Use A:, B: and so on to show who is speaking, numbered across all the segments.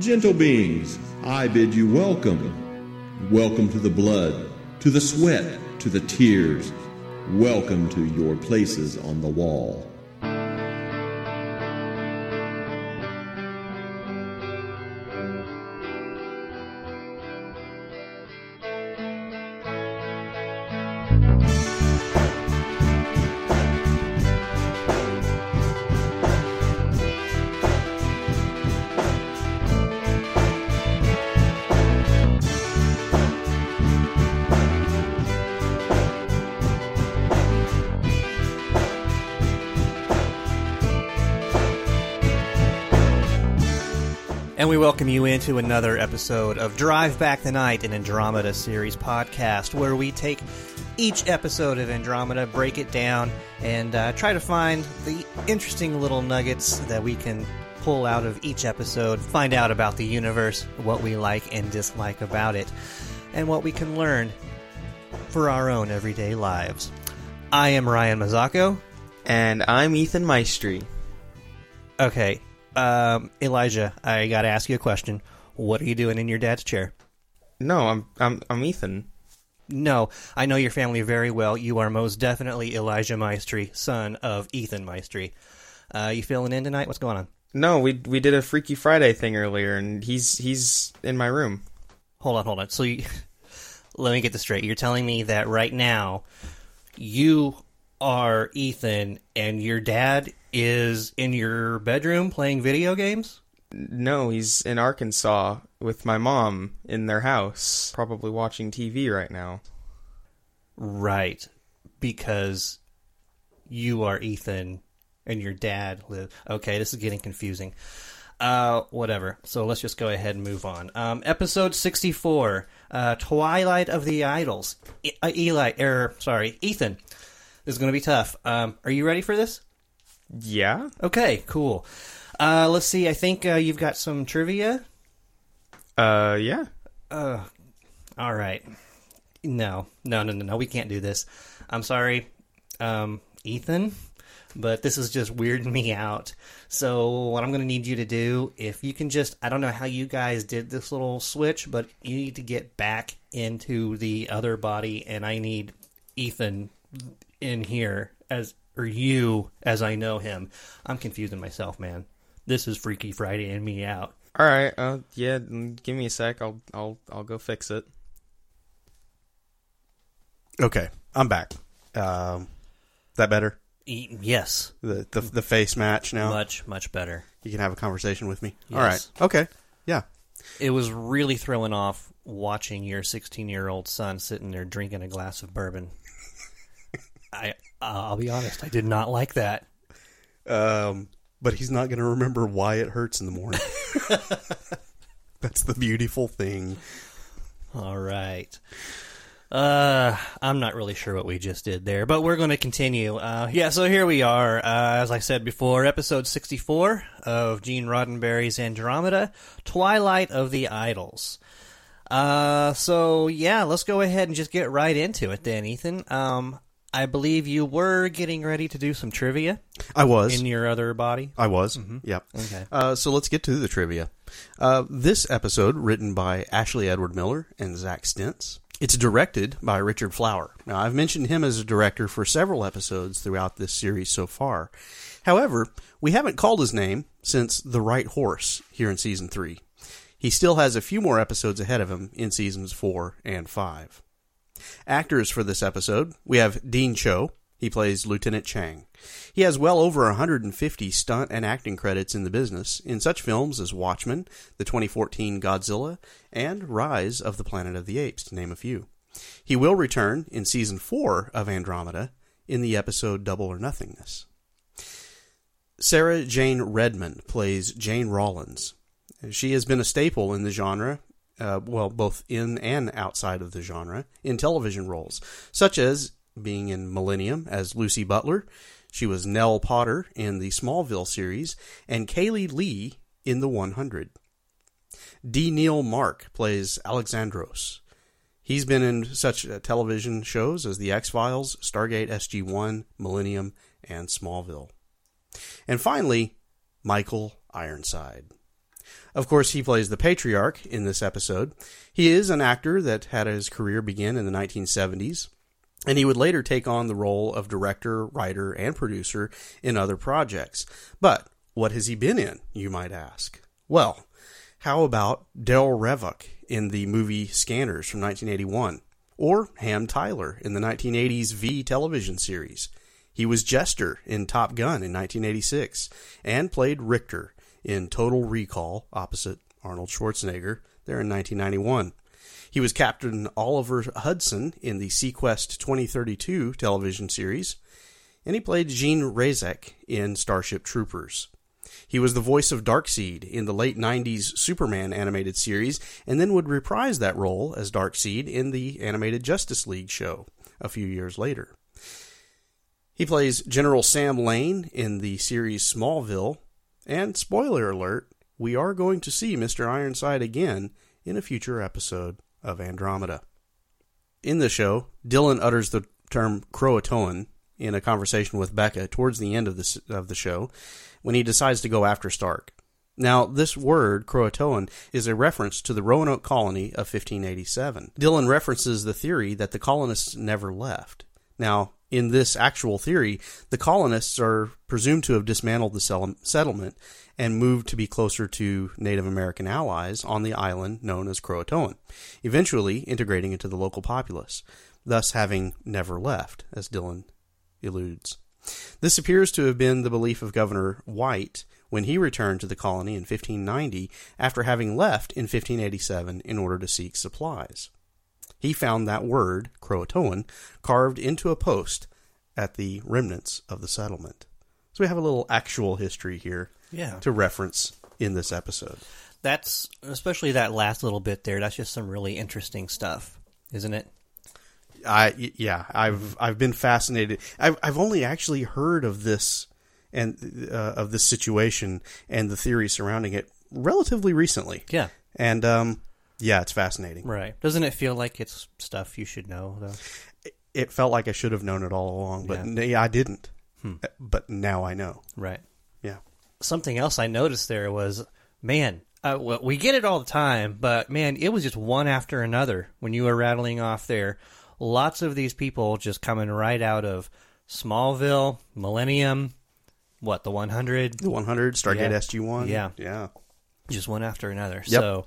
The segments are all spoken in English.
A: Gentle beings, I bid you welcome. Welcome to the blood, to the sweat, to the tears. Welcome to your places on the wall.
B: And we welcome you into another episode of Drive Back the Night, an Andromeda series podcast, where we take each episode of Andromeda, break it down, and uh, try to find the interesting little nuggets that we can pull out of each episode, find out about the universe, what we like and dislike about it, and what we can learn for our own everyday lives. I am Ryan Mazzacco.
C: And I'm Ethan Maestri.
B: Okay, um, Elijah, I got to ask you a question. What are you doing in your dad's chair?
C: No, I'm I'm I'm Ethan.
B: No, I know your family very well. You are most definitely Elijah Maestri, son of Ethan Maestri. Uh, you filling in tonight? What's going on?
C: No, we we did a Freaky Friday thing earlier, and he's he's in my room.
B: Hold on, hold on. So, you, let me get this straight. You're telling me that right now, you are Ethan, and your dad is in your bedroom playing video games.
C: No, he's in Arkansas with my mom in their house, probably watching TV right now.
B: Right. Because you are Ethan and your dad live. Okay, this is getting confusing. Uh, whatever. So let's just go ahead and move on. Um, episode 64, uh, Twilight of the Idols. E- uh, Eli, er, sorry, Ethan. This is going to be tough. Um, are you ready for this?
C: Yeah.
B: Okay, cool. Uh, let's see. I think uh, you've got some trivia.
C: Uh, yeah.
B: All right. No, no, no, no, no. We can't do this. I'm sorry, um, Ethan, but this is just weirding me out. So, what I'm going to need you to do, if you can just, I don't know how you guys did this little switch, but you need to get back into the other body, and I need Ethan in here as, or you as I know him. I'm confusing myself, man. This is Freaky Friday and me out.
C: All right. Uh, yeah. mm, Give me a sec. I'll I'll I'll go fix it.
D: Okay, I'm back. Um, that better?
B: E- yes,
D: The, the the face match now.
B: much, much better.
D: You can have a conversation with me.
B: Yes.
D: All right. Okay. Yeah.
B: it was really throwing off watching your 16 year old son sitting there drinking a glass of bourbon. I I'll be honest, I did not like that.
D: Um, but he's not going to remember why it hurts in the morning. That's the beautiful thing.
B: All right. Uh, I'm not really sure what we just did there, but we're going to continue. Uh, yeah, so here we are. Uh, as I said before, episode 64 of Gene Roddenberry's Andromeda, Twilight of the Idols. Uh, so yeah, let's go ahead and just get right into it then, Ethan. Um, I believe you were getting ready to do some trivia
D: I was.
B: in your other body.
D: I was. Yep.
B: Okay.
D: Uh, so let's get to the trivia. Uh, this episode, written by Ashley Edward Miller and Zach Stentz, it's directed by Richard Flower. Now, I've mentioned him as a director for several episodes throughout this series so far. However, we haven't called his name since The Right Horse here in season three. He still has a few more episodes ahead of him in seasons four and five. Actors for this episode, we have Dean Cho. He plays Lieutenant Chang. He has well over 150 stunt and acting credits in the business in such films as Watchmen, the 2014 Godzilla, and Rise of the Planet of the Apes, to name a few. He will return in season 4 of Andromeda in the episode Double or Nothingness. Sarah Jane Redmond plays Jane Rollins. She has been a staple in the genre, uh, well, both in and outside of the genre, in television roles, such as being in Millennium as Lucy Butler. She was Nell Potter in the Smallville series, and Kaylee Lee in The 100. D. Neil Mark plays Alexandros. He's been in such uh, television shows as The X Files, Stargate SG 1, Millennium, and Smallville. And finally, Michael Ironside. Of course, he plays the patriarch in this episode. He is an actor that had his career begin in the 1970s, and he would later take on the role of director, writer, and producer in other projects. But what has he been in, you might ask? Well, how about Del Revok in the movie Scanners from 1981, or Ham Tyler in the 1980s V television series? He was Jester in Top Gun in 1986 and played Richter in Total Recall opposite Arnold Schwarzenegger there in 1991. He was Captain Oliver Hudson in the Sequest 2032 television series, and he played Gene Razek in Starship Troopers. He was the voice of Darkseid in the late 90s Superman animated series, and then would reprise that role as Darkseid in the animated Justice League show a few years later. He plays General Sam Lane in the series Smallville, and spoiler alert, we are going to see Mr. Ironside again in a future episode of Andromeda. In the show, Dylan utters the term Croatoan in a conversation with Becca towards the end of the, of the show when he decides to go after Stark. Now, this word, Croatoan, is a reference to the Roanoke colony of 1587. Dylan references the theory that the colonists never left. Now, in this actual theory, the colonists are presumed to have dismantled the sell- settlement and moved to be closer to Native American allies on the island known as Croatoan, eventually integrating into the local populace, thus having never left, as Dylan eludes. This appears to have been the belief of Governor White when he returned to the colony in 1590 after having left in 1587 in order to seek supplies he found that word, Croatoan, carved into a post at the remnants of the settlement. So we have a little actual history here
B: Yeah.
D: to reference in this episode.
B: That's especially that last little bit there. That's just some really interesting stuff, isn't it?
D: I y- yeah, I've
B: Mm-hmm.
D: I've been fascinated. I've I've only actually heard of this and uh, of this situation and the theory surrounding it relatively recently.
B: Yeah.
D: And um yeah, it's fascinating.
B: Right. Doesn't it feel like it's stuff you should know though?
D: It felt like I should have known it all along, but n- yeah, I didn't.
B: Hmm.
D: Uh, But now I know.
B: Right.
D: Yeah.
B: Something else I noticed there was, man, uh, well, we get it all the time, but man, it was just one after another when you were rattling off there. Lots of these people just coming right out of Smallville, Millennium, what the 100,
D: The 100,
B: Yeah.
D: Stargate SG1.
B: Yeah.
D: Yeah.
B: just one after another.
D: Yep.
B: So,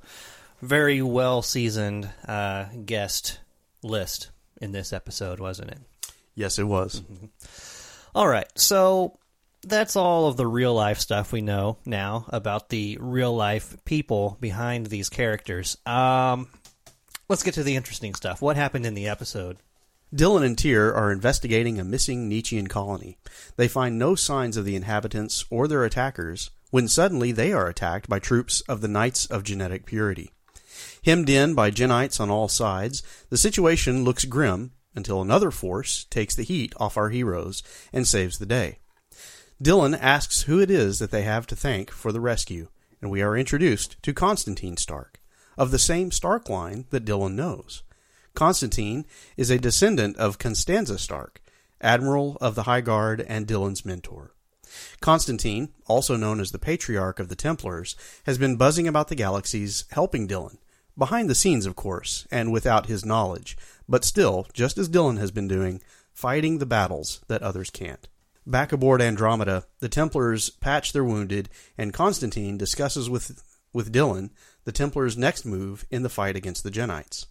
B: very well seasoned uh, guest list in this episode, wasn't it?
D: Yes, it was.
B: Mm-hmm. All right, so that's all of the real life stuff we know now about the real life people behind these characters. Um, let's get to the interesting stuff. What happened in the episode?
D: Dylan and Tyr are investigating a missing Nietzschean colony. They find no signs of the inhabitants or their attackers when suddenly they are attacked by troops of the Knights of Genetic Purity. Hemmed in by Genites on all sides, the situation looks grim until another force takes the heat off our heroes and saves the day. Dylan asks who it is that they have to thank for the rescue, and we are introduced to Constantine Stark, of the same Stark line that Dylan knows. Constantine is a descendant of Constanza Stark, Admiral of the High Guard and Dylan's mentor. Constantine, also known as the Patriarch of the Templars, has been buzzing about the galaxies helping Dylan. Behind the scenes, of course, and without his knowledge, but still, just as Dylan has been doing, fighting the battles that others can't. Back aboard Andromeda, the Templars patch their wounded, and Constantine discusses with, with Dylan the Templars' next move in the fight against the Genites.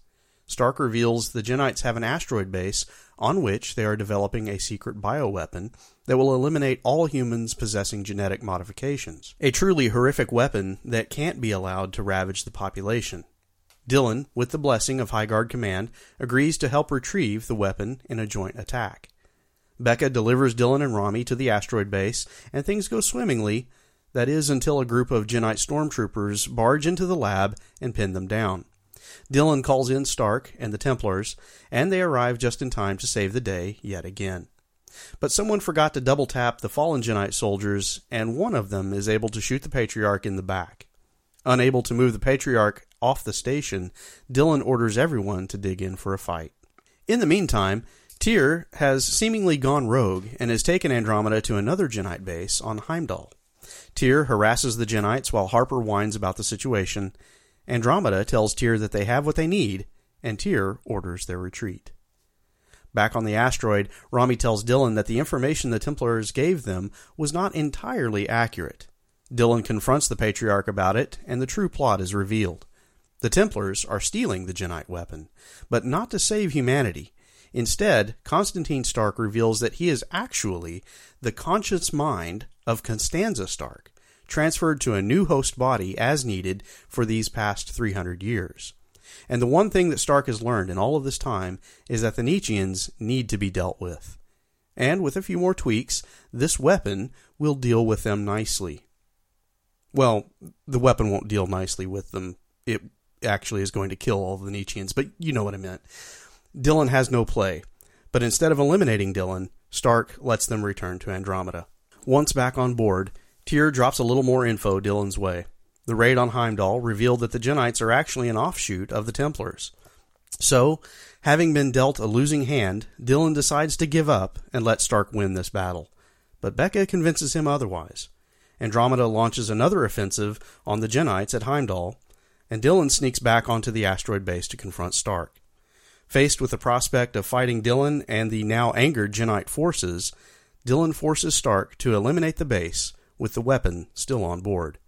D: Stark reveals the Genites have an asteroid base on which they are developing a secret bioweapon that will eliminate all humans possessing genetic modifications. A truly horrific weapon that can't be allowed to ravage the population. Dylan, with the blessing of High Guard Command, agrees to help retrieve the weapon in a joint attack. Becca delivers Dylan and Rami to the asteroid base, and things go swimmingly. That is, until a group of Genite stormtroopers barge into the lab and pin them down. Dylan calls in Stark and the Templars, and they arrive just in time to save the day yet again. But someone forgot to double tap the fallen Genite soldiers, and one of them is able to shoot the Patriarch in the back. Unable to move the Patriarch off the station, Dylan orders everyone to dig in for a fight. In the meantime, Tyr has seemingly gone rogue and has taken Andromeda to another Genite base on Heimdall. Tyr harasses the Genites while Harper whines about the situation. Andromeda tells Tyr that they have what they need, and Tyr orders their retreat. Back on the asteroid, Rami tells Dylan that the information the Templars gave them was not entirely accurate. Dylan confronts the Patriarch about it, and the true plot is revealed. The Templars are stealing the Genite weapon, but not to save humanity. Instead, Constantine Stark reveals that he is actually the conscious mind of Constanza Stark, transferred to a new host body as needed for these past 300 years. And the one thing that Stark has learned in all of this time is that the Nietzscheans need to be dealt with. And with a few more tweaks, this weapon will deal with them nicely. Well, the weapon won't deal nicely with them. It actually is going to kill all the Nietzscheans, but you know what I meant. Dylan has no play, but instead of eliminating Dylan, Stark lets them return to Andromeda. Once back on board, Tyr drops a little more info Dylan's way. The raid on Heimdall revealed that the Genites are actually an offshoot of the Templars. So, having been dealt a losing hand, Dylan decides to give up and let Stark win this battle. But Becca convinces him otherwise. Andromeda launches another offensive on the Genites at Heimdall, and Dylan sneaks back onto the asteroid base to confront Stark. Faced with the prospect of fighting Dylan and the now angered Genite forces, Dylan forces Stark to eliminate the base with the weapon still on board.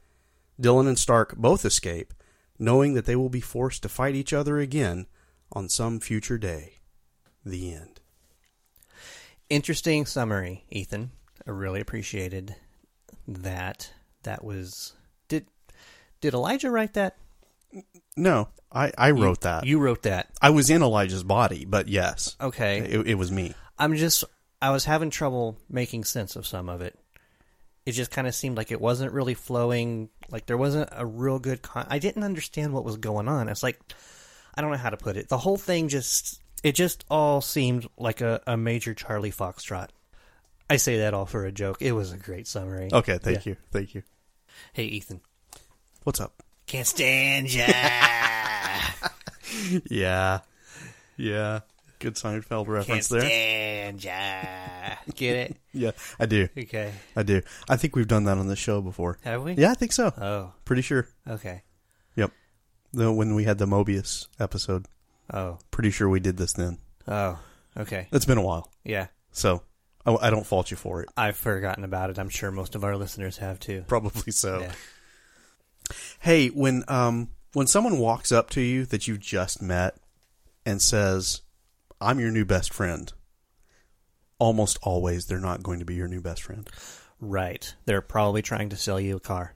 D: Dylan and Stark both escape, knowing that they will be forced to fight each other again on some future day. The end.
B: Interesting summary, Ethan. I really appreciated that. That was did did Elijah write that?
D: No, I, I wrote that.
B: You wrote that.
D: I was in Elijah's body, but yes,
B: Okay.
D: it, it was me.
B: I'm just I was having trouble making sense of some of it. It just kind of seemed like it wasn't really flowing. Like there wasn't a real good. Con- I didn't understand what was going on. It's like I don't know how to put it. The whole thing just it just all seemed like a, a major Charlie Foxtrot. I say that all for a joke. It was a great summary.
D: Okay, thank you, thank you.
B: Hey Ethan,
D: What's up?
B: can't stand ya.
D: Yeah, yeah. Good Seinfeld
B: can't
D: reference there.
B: stand ya. Get it?
D: Yeah, I do.
B: Okay.
D: I do. I think we've done that on this show before.
B: Have we?
D: Yeah, I think so.
B: Oh.
D: Pretty sure.
B: Okay.
D: Yep. The, when we had the Mobius episode,
B: Oh.
D: pretty sure we did this then.
B: Oh. Okay.
D: It's been a while,
B: Yeah.
D: so I, I don't fault you for it.
B: I've forgotten about it. I'm sure most of our listeners have too.
D: Probably so.
B: Yeah.
D: Hey, when um when someone walks up to you that you just met and says, "I'm your new best friend," almost always they're not going to be your new best friend.
B: Right. They're probably trying to sell you a car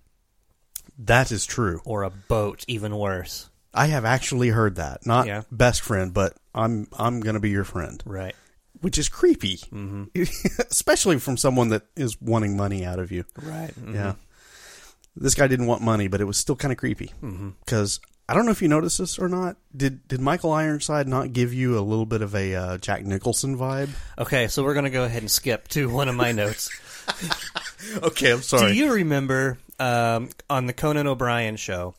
D: That is true.
B: or a boat, even worse.
D: I have actually heard that. Not
B: Yeah.
D: best friend, but I'm I'm going to be your friend,
B: Right.
D: which is creepy,
B: Mm-hmm.
D: especially from someone that is wanting money out of you.
B: Right.
D: Yeah. Mm-hmm. This guy didn't want money, but it was still kind of creepy because I don't know if you noticed this or not. Did did Michael Ironside not give you a little bit of a uh, Jack Nicholson vibe?
B: Okay, so we're going to go ahead and skip to one of my notes.
D: Okay, I'm sorry.
B: Do you remember um, on the Conan O'Brien show?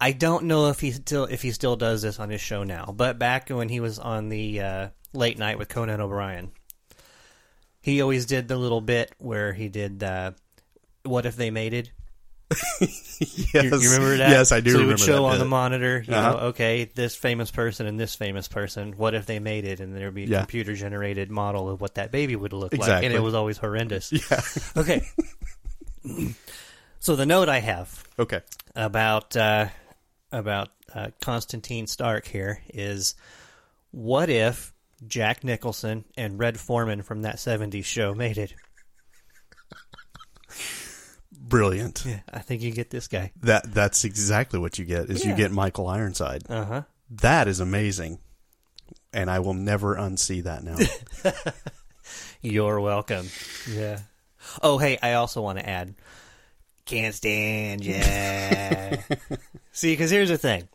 B: I don't know if he still if he still does this on his show now, but back when he was on the uh, late night with Conan O'Brien, he always did the little bit where he did uh, "What if they mated."
D: yes.
B: You, you remember that?
D: Yes, I do
B: So he would
D: remember
B: show
D: that
B: on the
D: bit.
B: monitor, you
D: Uh-huh.
B: know, okay, this famous person and this famous person. What if they made it? And there'd be a
D: Yeah.
B: computer generated model of what that baby would look like,
D: Exactly.
B: and it was always horrendous. Yeah. okay. so the note I have
D: Okay.
B: about uh, about uh, Constantine Stark here is, what if Jack Nicholson and Red Foreman from that '70s show made it?
D: Brilliant.
B: I think you get this guy.
D: That that's exactly what you get is you
B: Yeah.
D: get Michael Ironside.
B: Uh huh.
D: That is amazing. And I will never unsee that now.
B: You're welcome. Yeah. Oh, hey, I also want to add. Can't stand ya. See, because here's the thing.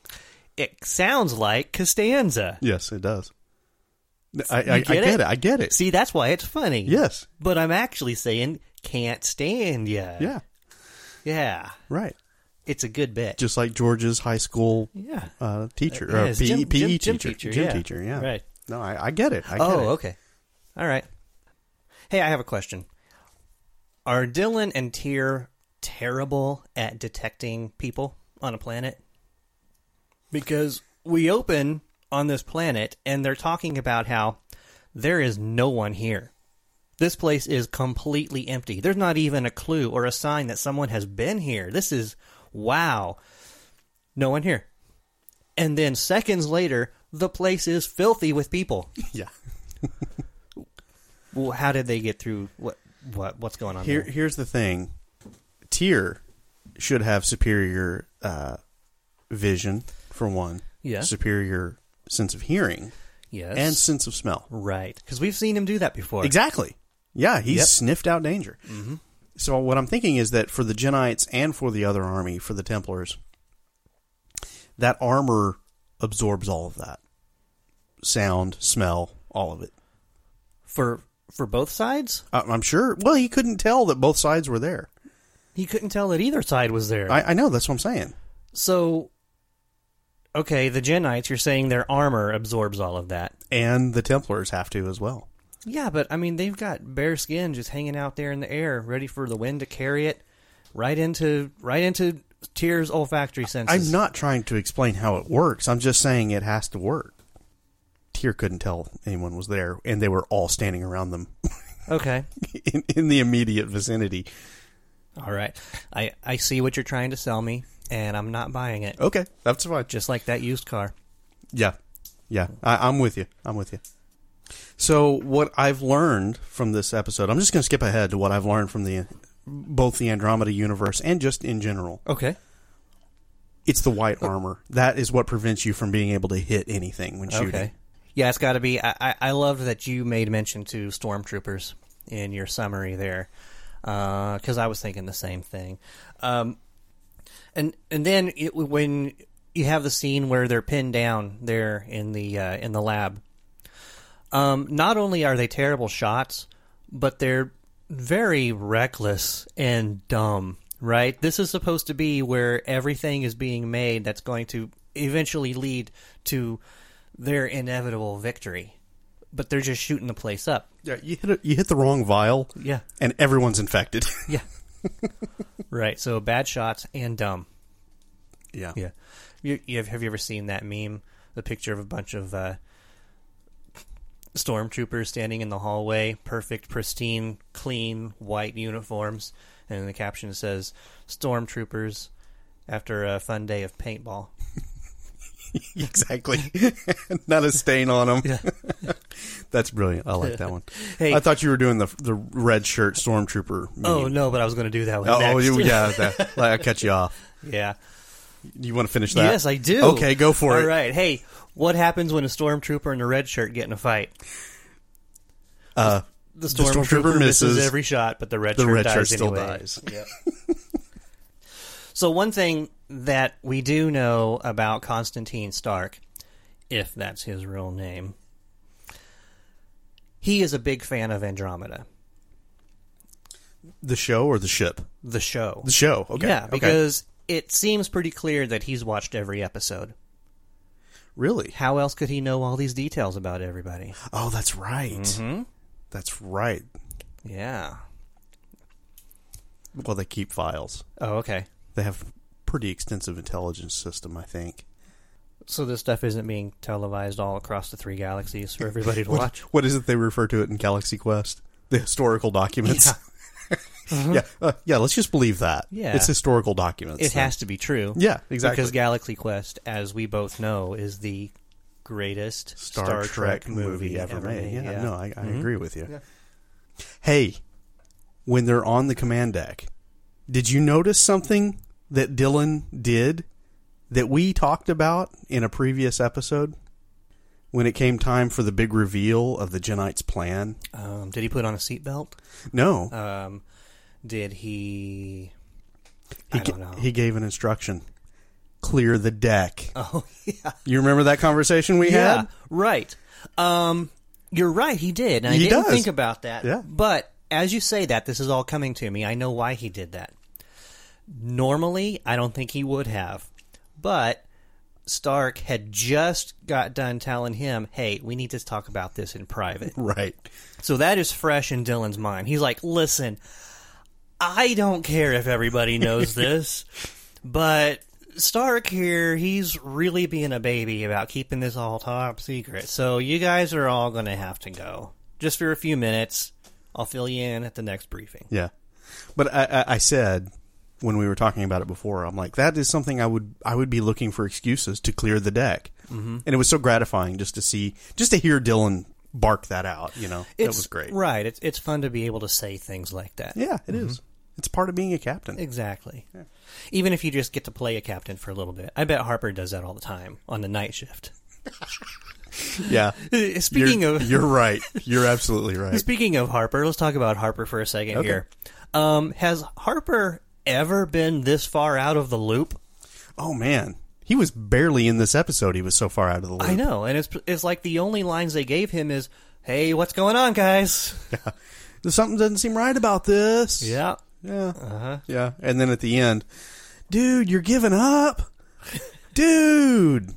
B: It sounds like Costanza.
D: yes, it does. I, I,
B: get
D: I
B: it?
D: get it. I get it.
B: See, that's why it's funny.
D: Yes.
B: But I'm actually saying can't stand ya.
D: Yeah.
B: Yeah.
D: Right.
B: It's a good bit.
D: Just like George's high school
B: yeah.
D: uh, teacher,
B: Yeah,
D: or
B: it's
D: PE,
B: gym-
D: PE
B: gym-
D: E teacher,
B: gym teacher,
D: gym
B: yeah.
D: teacher. Yeah,
B: Right.
D: No, I, I get it. I get
B: oh,
D: it.
B: okay. All right. Hey, I have a question. Are Dylan and Tyr terrible at detecting people on a planet because we open on this planet and they're talking about how there is no one here. This place is completely empty. There's not even a clue or a sign that someone has been here. This is wow. No one here. And then seconds later, the place is filthy with people.
D: Yeah.
B: Well, how did they get through what what what's going on
D: Here,
B: there?
D: here's the thing: Tyr should have superior uh, vision for one,
B: Yeah.
D: superior sense of hearing,
B: Yes.
D: and sense of smell.
B: Right, because we've seen him do that before.
D: Exactly. Yeah, he
B: Yep.
D: sniffed out danger. Mm-hmm. So what I'm thinking is that for the Genites and for the other army, for the Templars, that armor absorbs all of that sound, smell, all of it.
B: For for both sides,
D: I- Uh, I'm sure. Well, he couldn't tell that both sides were there.
B: he couldn't tell that either side was there.
D: I, I know. That's what I'm saying.
B: so, okay, the Genites, you're saying their armor absorbs all of that.
D: And the Templars have to as well.
B: Yeah, but I mean, they've got bare skin just hanging out there in the air, ready for the wind to carry it right into right into Tears olfactory senses.
D: I'm not trying to explain how it works. I'm just saying it has to work. Tyr couldn't tell anyone was there, and they were all standing around them
B: okay.
D: in, in the immediate vicinity.
B: All right, I I see what you're trying to sell me, and I'm not buying it.
D: Okay, that's fine.
B: Just like that used car.
D: Yeah, yeah, I, I'm with you. I'm with you. So what I've learned from this episode, I'm just going to skip ahead to what I've learned from the both the Andromeda universe and just in general.
B: Okay.
D: It's the white armor that is what prevents you from being able to hit anything when shooting.
B: Okay. Yeah, it's got to be. I, I, I loved that you made mention to stormtroopers in your summary there, because I was thinking the same thing. Um, and and then it, when you have the scene where they're pinned down there in the uh, in the lab, um, not only are they terrible shots, but they're very reckless and dumb. Right? This is supposed to be where everything is being made that's going to eventually lead to their inevitable victory, but they're just shooting the place up.
D: Yeah, you hit a, you hit the wrong vial.
B: Yeah.
D: and everyone's infected.
B: Yeah. right. So bad shots and dumb.
D: yeah,
B: Yeah. You, you have, have you ever seen that meme? The picture of a bunch of uh, stormtroopers standing in the hallway, perfect, pristine, clean, white uniforms, and the caption says, "Stormtroopers after a fun day of paintball."
D: exactly. Not a stain on them. That's brilliant. I like that one.
B: Hey.
D: I thought you were doing the the red shirt stormtrooper. Meme.
B: Oh no, but I was going to do that one.
D: Oh,
B: next.
D: you- yeah, that, like, I cut you off.
B: yeah.
D: You want to finish that?
B: Yes, I do.
D: Okay, go for it.
B: All right. Hey, what happens when a stormtrooper and a red shirt get in a fight?
D: Uh,
B: The
D: stormtrooper
B: stormtrooper misses,
D: misses.
B: every shot, but the red
D: the
B: shirt
D: red
B: dies
D: shirt still
B: anyway.
D: dies.
B: So one thing that we do know about Constantine Stark, if that's his real name, he is a big fan of Andromeda,
D: The show or the ship?
B: the show.
D: The show. Okay.
B: Yeah,
D: okay.
B: because it seems pretty clear that he's watched every episode.
D: really.
B: How else could he know all these details about everybody?
D: Oh, that's right.
B: Mm-hmm.
D: That's right.
B: Yeah.
D: Well, they keep files.
B: Oh, okay.
D: They have pretty extensive intelligence system, I think.
B: So this stuff isn't being televised all across the three galaxies for everybody to watch.
D: What is it they refer to it in Galaxy Quest? The historical documents. yeah, uh, yeah. Let's just believe that.
B: Yeah.
D: it's historical documents.
B: It has to be true.
D: Yeah, exactly.
B: Because Galaxy Quest, as we both know, is the greatest
D: Star, Trek, movie ever, made. Yeah, Mm-hmm. no, I, I agree with you.
B: Yeah.
D: Hey, when they're on the command deck, did you notice something that Dylan did that we talked about in a previous episode? When it came time for the big reveal of the Genite's plan,
B: Um, did he put on a seatbelt?
D: no,
B: Um, did he?
D: he,
B: I
D: ga-
B: don't know.
D: he gave an instruction: clear the deck.
B: oh yeah,
D: You remember that conversation we
B: yeah,
D: had?
B: right. Um, you're right. He did. And I
D: He
B: didn't
D: does.
B: think about that.
D: Yeah.
B: But as you say that, this is all coming to me. I know why he did that. Normally, I don't think he would have, but Stark had just got done telling him, "Hey, we need to talk about this in private."
D: Right.
B: So that is fresh in Dylan's mind. He's like, listen, I don't care if everybody knows this, but Stark here, he's really being a baby about keeping this all top secret. So you guys are all going to have to go. Just for a few minutes. I'll fill you in at the next briefing.
D: Yeah, but I, I, I said when we were talking about it before, I'm like, that is something I would I would be looking for excuses to clear the deck, mm-hmm. and it was so gratifying just to see, just to hear Dylan bark that out. You know, it
B: It's-
D: was great.
B: Right. It's, it's fun to be able to say things like that.
D: Yeah, it is. It's part of being a captain.
B: Exactly. Even if you just get to play a captain for a little bit. I bet Harper does that all the time on the night shift.
D: yeah.
B: Speaking
D: you're,
B: of
D: you're right. You're absolutely right.
B: Speaking of Harper, let's talk about Harper for a second here. Um, has Harper ever been this far out of the loop?
D: Oh man, he was barely in this episode. He was so far out of the loop.
B: I know, and it's it's like the only lines they gave him is, "Hey, what's going on, guys?"
D: Something doesn't seem right about this.
B: Yeah, Uh-huh.
D: Yeah. Yeah. And then at the end, dude, you're giving up. Dude,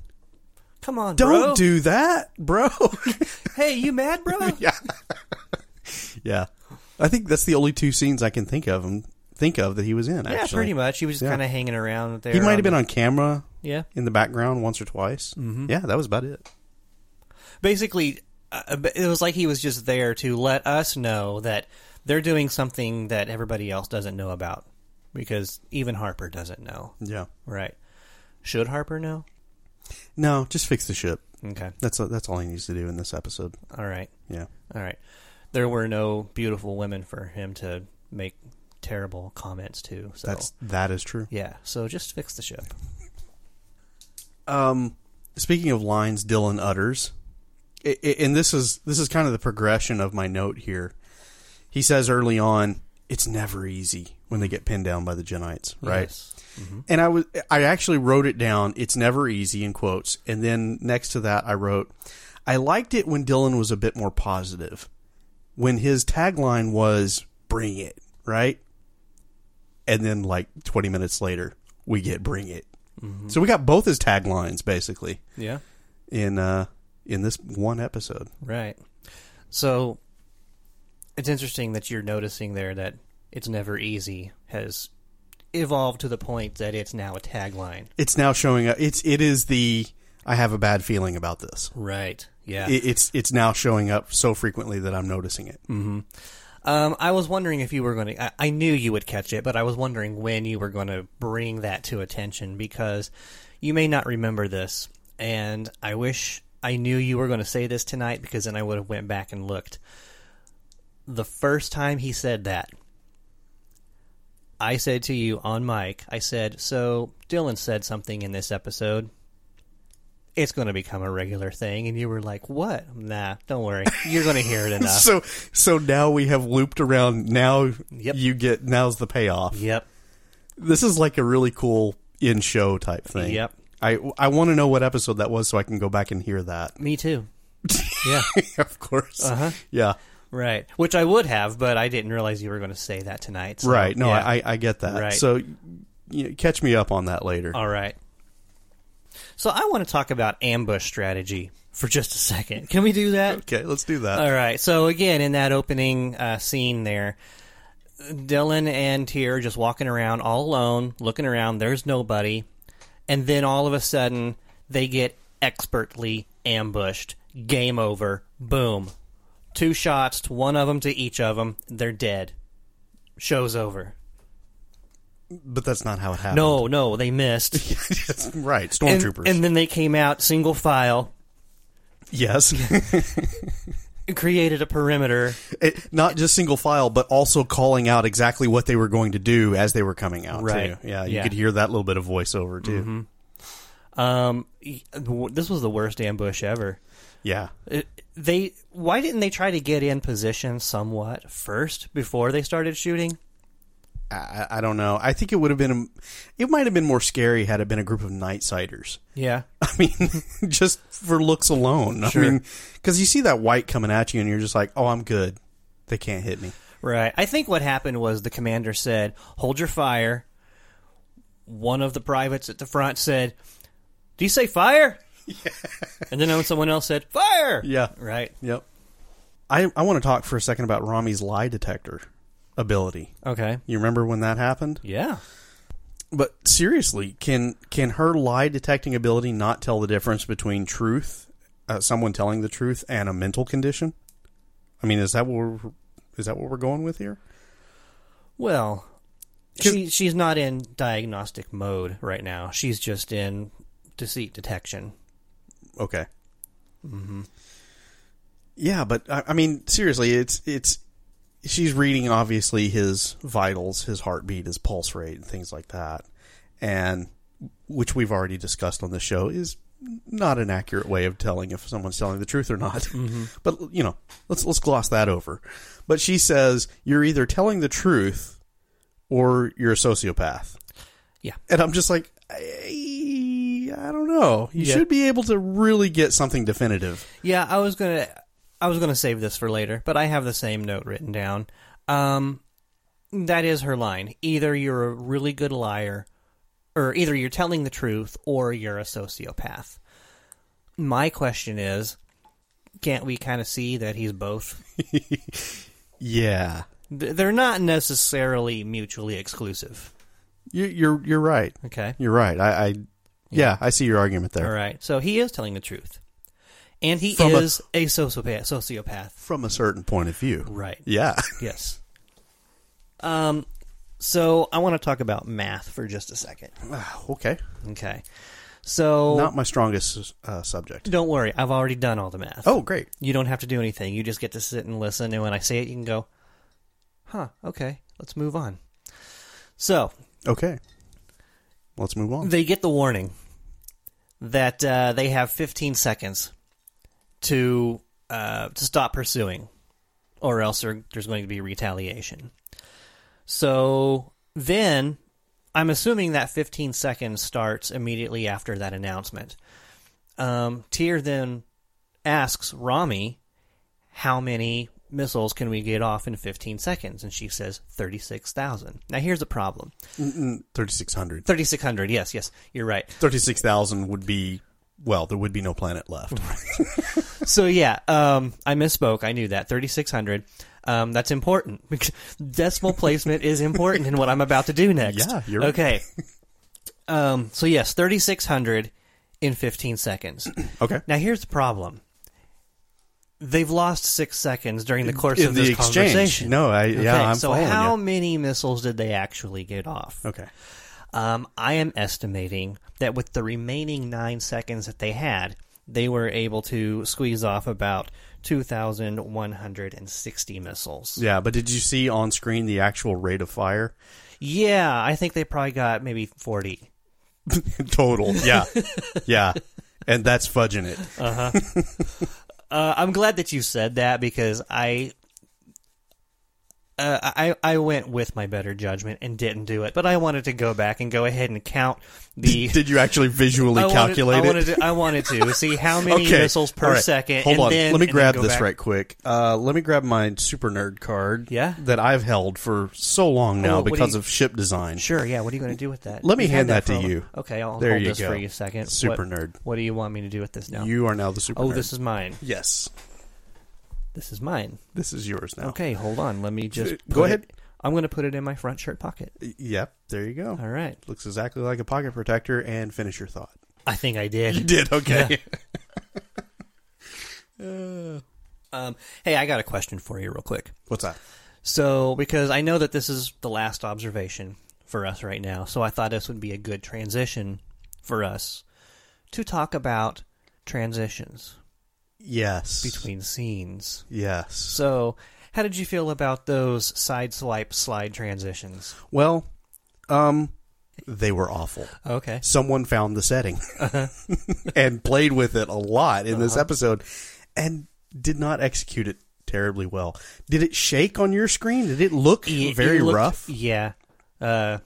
B: come on,
D: don't
B: bro.
D: do that, bro.
B: Hey, you mad, bro?
D: yeah. I think that's the only two scenes I can think of him think of that he was in. Actually,
B: Yeah, pretty much. He was just
D: Yeah.
B: kind of hanging around there.
D: He might
B: on
D: have been
B: the-
D: on camera
B: Yeah,
D: in the background once or twice. Mm-hmm. Yeah, that was about it.
B: basically, uh, but it was like he was just there to let us know that they're doing something that everybody else doesn't know about, because even Harper doesn't know.
D: Yeah.
B: Right? Should Harper know?
D: No, just fix the ship.
B: Okay.
D: That's that's all he needs to do in this episode.
B: All right.
D: Yeah.
B: All right. There were no beautiful women for him to make terrible comments to. So
D: That's that is true.
B: yeah. So just fix the ship.
D: Um, speaking of lines, Dylan utters, i i and this is this is kind of the progression of my note here. He says early on, "It's never easy when they get pinned down by the Genites, right?"
B: Yes.
D: Mm-hmm. And I was I actually wrote it down. It's never easy in quotes, and then next to that I wrote, "I liked it when Dylan was a bit more positive, when his tagline was "Bring it," right?" And then like twenty minutes later, we get "Bring it." So we got both his taglines basically
B: Yeah.
D: in uh in this one episode.
B: Right. So it's interesting that you're noticing there that it's never easy has evolved to the point that it's now a tagline.
D: It's now showing up. It's it is the I have a bad feeling about this.
B: Right. Yeah.
D: It, it's it's now showing up so frequently that I'm noticing it.
B: um, I was wondering if you were going to. I, I knew you would catch it, but I was wondering when you were going to bring that to attention because you may not remember this, and I wish I knew you were going to say this tonight because then I would have went back and looked. The first time he said that, I said to you on mic, I said, "So Dylan said something in this episode." It's going to become a regular thing, and you were like, "What? Nah, don't worry. You're going to hear it enough."
D: so so now we have looped around now
B: Yep.
D: you get now's the payoff
B: Yep.
D: this is like a really cool in show type thing
B: Yep.
D: i i want to know what episode that was so i can go back and hear that
B: Me too. yeah.
D: of course
B: Uh-huh.
D: yeah
B: Right. Which I would have, but I didn't realize you were going to say that tonight. so,
D: right no
B: yeah.
D: I, I get that
B: Right.
D: so you know, catch me up on that later
B: All right. So I want to talk about ambush strategy for just a second. Can we do that?
D: okay let's do that
B: All right. So again, in that opening uh, scene there, Dylan and Tyr just walking around all alone, looking around. There's nobody, and then all of a sudden they get expertly ambushed. Game over. Boom. Two shots, one of them to each of them. They're dead. Show's over.
D: but that's not how it happened
B: No, no, they missed.
D: right
B: and,
D: stormtroopers
B: and then they came out single file,
D: yes
B: created a perimeter.
D: It- not just single file but also calling out exactly what they were going to do as they were coming out
B: Right.
D: too. yeah you
B: Yeah. Mm-hmm.
D: could hear that little bit of voiceover too
B: Um, y- w- this was the worst ambush ever.
D: yeah
B: it- Uh, they why didn't they try to get in position somewhat first before they started shooting?
D: I, I don't know. I think it would have been, it might have been more scary had it been a group of night sighters.
B: Yeah.
D: I mean, just for looks alone. I mean, because you see that white coming at you, and you're just like, "Oh, I'm good. They can't hit me."
B: Right. I think what happened was the commander said, "Hold your fire." One of the privates at the front said, "Do you say fire?" And then someone else said, "Fire."
D: Yeah.
B: Right.
D: Yep. I I want to talk for a second about Rami's lie detector. ability.
B: Okay.
D: You remember when that happened?
B: Yeah.
D: But seriously, can can her lie detecting ability not tell the difference between truth, uh, someone telling the truth, and a mental condition? I mean, is that what we're, is that what we're going with here?
B: Well, she she's not in diagnostic mode right now. She's just in deceit detection.
D: Okay. Mm-hmm. Yeah, but I, I mean, seriously, it's it's she's reading obviously his vitals, his heartbeat, his pulse rate, and things like that, and which we've already discussed on the show is not an accurate way of telling if someone's telling the truth or not. But you know, let's let's gloss that over. But she says you're either telling the truth or you're a sociopath.
B: Yeah.
D: And I'm just like, I, I don't know. You
B: Yeah.
D: should be able to really get something definitive.
B: Yeah, I was gonna I was gonna save this for later, but I have the same note written down. Um, that is her line. Either you're a really good liar, or either you're telling the truth, or you're a sociopath. My question is, can't we kind of see that he's both?
D: Yeah.
B: Th- They're not necessarily mutually exclusive.
D: You, you're you're right.
B: Okay.
D: You're right. I, I yeah. I see your argument there.
B: All right. So he is telling the truth, and he
D: From a-
B: is a, sociopath. Sociopath.
D: From a certain point of view.
B: Right.
D: Yeah.
B: Yes. Um. So I want to talk about math for just a second.
D: okay.
B: Okay. So
D: Not my strongest uh, subject.
B: don't worry, I've already done all the math.
D: Oh, great.
B: You don't have to do anything. You just get to sit and listen, and when I say it, you can go, "Huh? Okay, let's move on." So
D: Okay. Let's move on.
B: they get the warning that uh, they have 15 seconds to uh, to stop pursuing, or else there, there's going to be retaliation. So then, I'm assuming that 15 seconds starts immediately after that announcement. Um, Tyr then asks Rami, "How many missiles can we get off in 15 seconds?" And she says, "36,000." Now here's the problem:
D: Thirty six hundred.
B: 3,600. Yes, yes, you're right.
D: Thirty six thousand would be well. There would be no planet left.
B: So yeah, um, I misspoke. I knew that. Thirty six hundred. Um, that's important because decimal placement is important in what I'm about to do next.
D: Yeah, you're right.
B: okay. Um, so yes, thirty six hundred in fifteen seconds.
D: Okay.
B: Now here's the problem. They've lost six seconds during the course
D: In
B: of
D: the
B: this
D: exchange.
B: conversation.
D: No, I- yeah,
B: Okay,
D: I'm
B: so
D: following
B: how
D: you.
B: many missiles did they actually get off?
D: Okay.
B: Um, I am estimating that with the remaining nine seconds that they had, they were able to squeeze off about 2,160 missiles.
D: Yeah, but did you see on screen the actual rate of fire
B: Yeah, I think they probably got maybe 40.
D: total? Yeah, yeah, and that's fudging it.
B: Uh, I'm glad that you said that because I. Uh, I I went with my better judgment and didn't do it, but I wanted to go back and go ahead and count the
D: Did you actually visually
B: I wanted-
D: calculate
B: I
D: it?
B: wanted, to, I wanted to see how many missiles per
D: All right.
B: second.
D: Hold
B: and
D: on.
B: then-
D: let me
B: and then
D: grab
B: go
D: this
B: back.
D: right quick. Uh, let me grab my super nerd card.
B: Yeah?
D: That I've held for so long
B: Oh,
D: now
B: what do
D: because
B: you-
D: of ship design.
B: Sure, yeah. What are you going to do with that?
D: Let me
B: You've had
D: hand that
B: for
D: to
B: a-
D: you.
B: Okay, I'll
D: There
B: hold
D: you
B: this
D: go.
B: for you a second.
D: Super
B: What-
D: nerd.
B: What do you want me to do with this now?
D: You are now the super.
B: oh,
D: nerd.
B: this is mine.
D: yes.
B: This is mine.
D: This is yours now.
B: Okay, hold on. Let me just
D: Uh,
B: put
D: go
B: it-
D: ahead.
B: I'm going to put it in my front shirt pocket.
D: Yep. There you go.
B: All right.
D: Looks exactly like a pocket protector. And finish your thought.
B: I think I did.
D: did okay.
B: Um, hey, I got a question for you, real quick.
D: What's that?
B: So, because I know that this is the last observation for us right now, so I thought this would be a good transition for us to talk about transitions
D: Yes.
B: between scenes.
D: Yes.
B: So, how did you feel about those side swipe slide transitions?
D: Well, um, they were awful.
B: Okay.
D: someone found the setting and played with it a lot in this episode and did not execute it terribly well. Did it shake on your screen? Did it look very rough?
B: Yeah. Uh,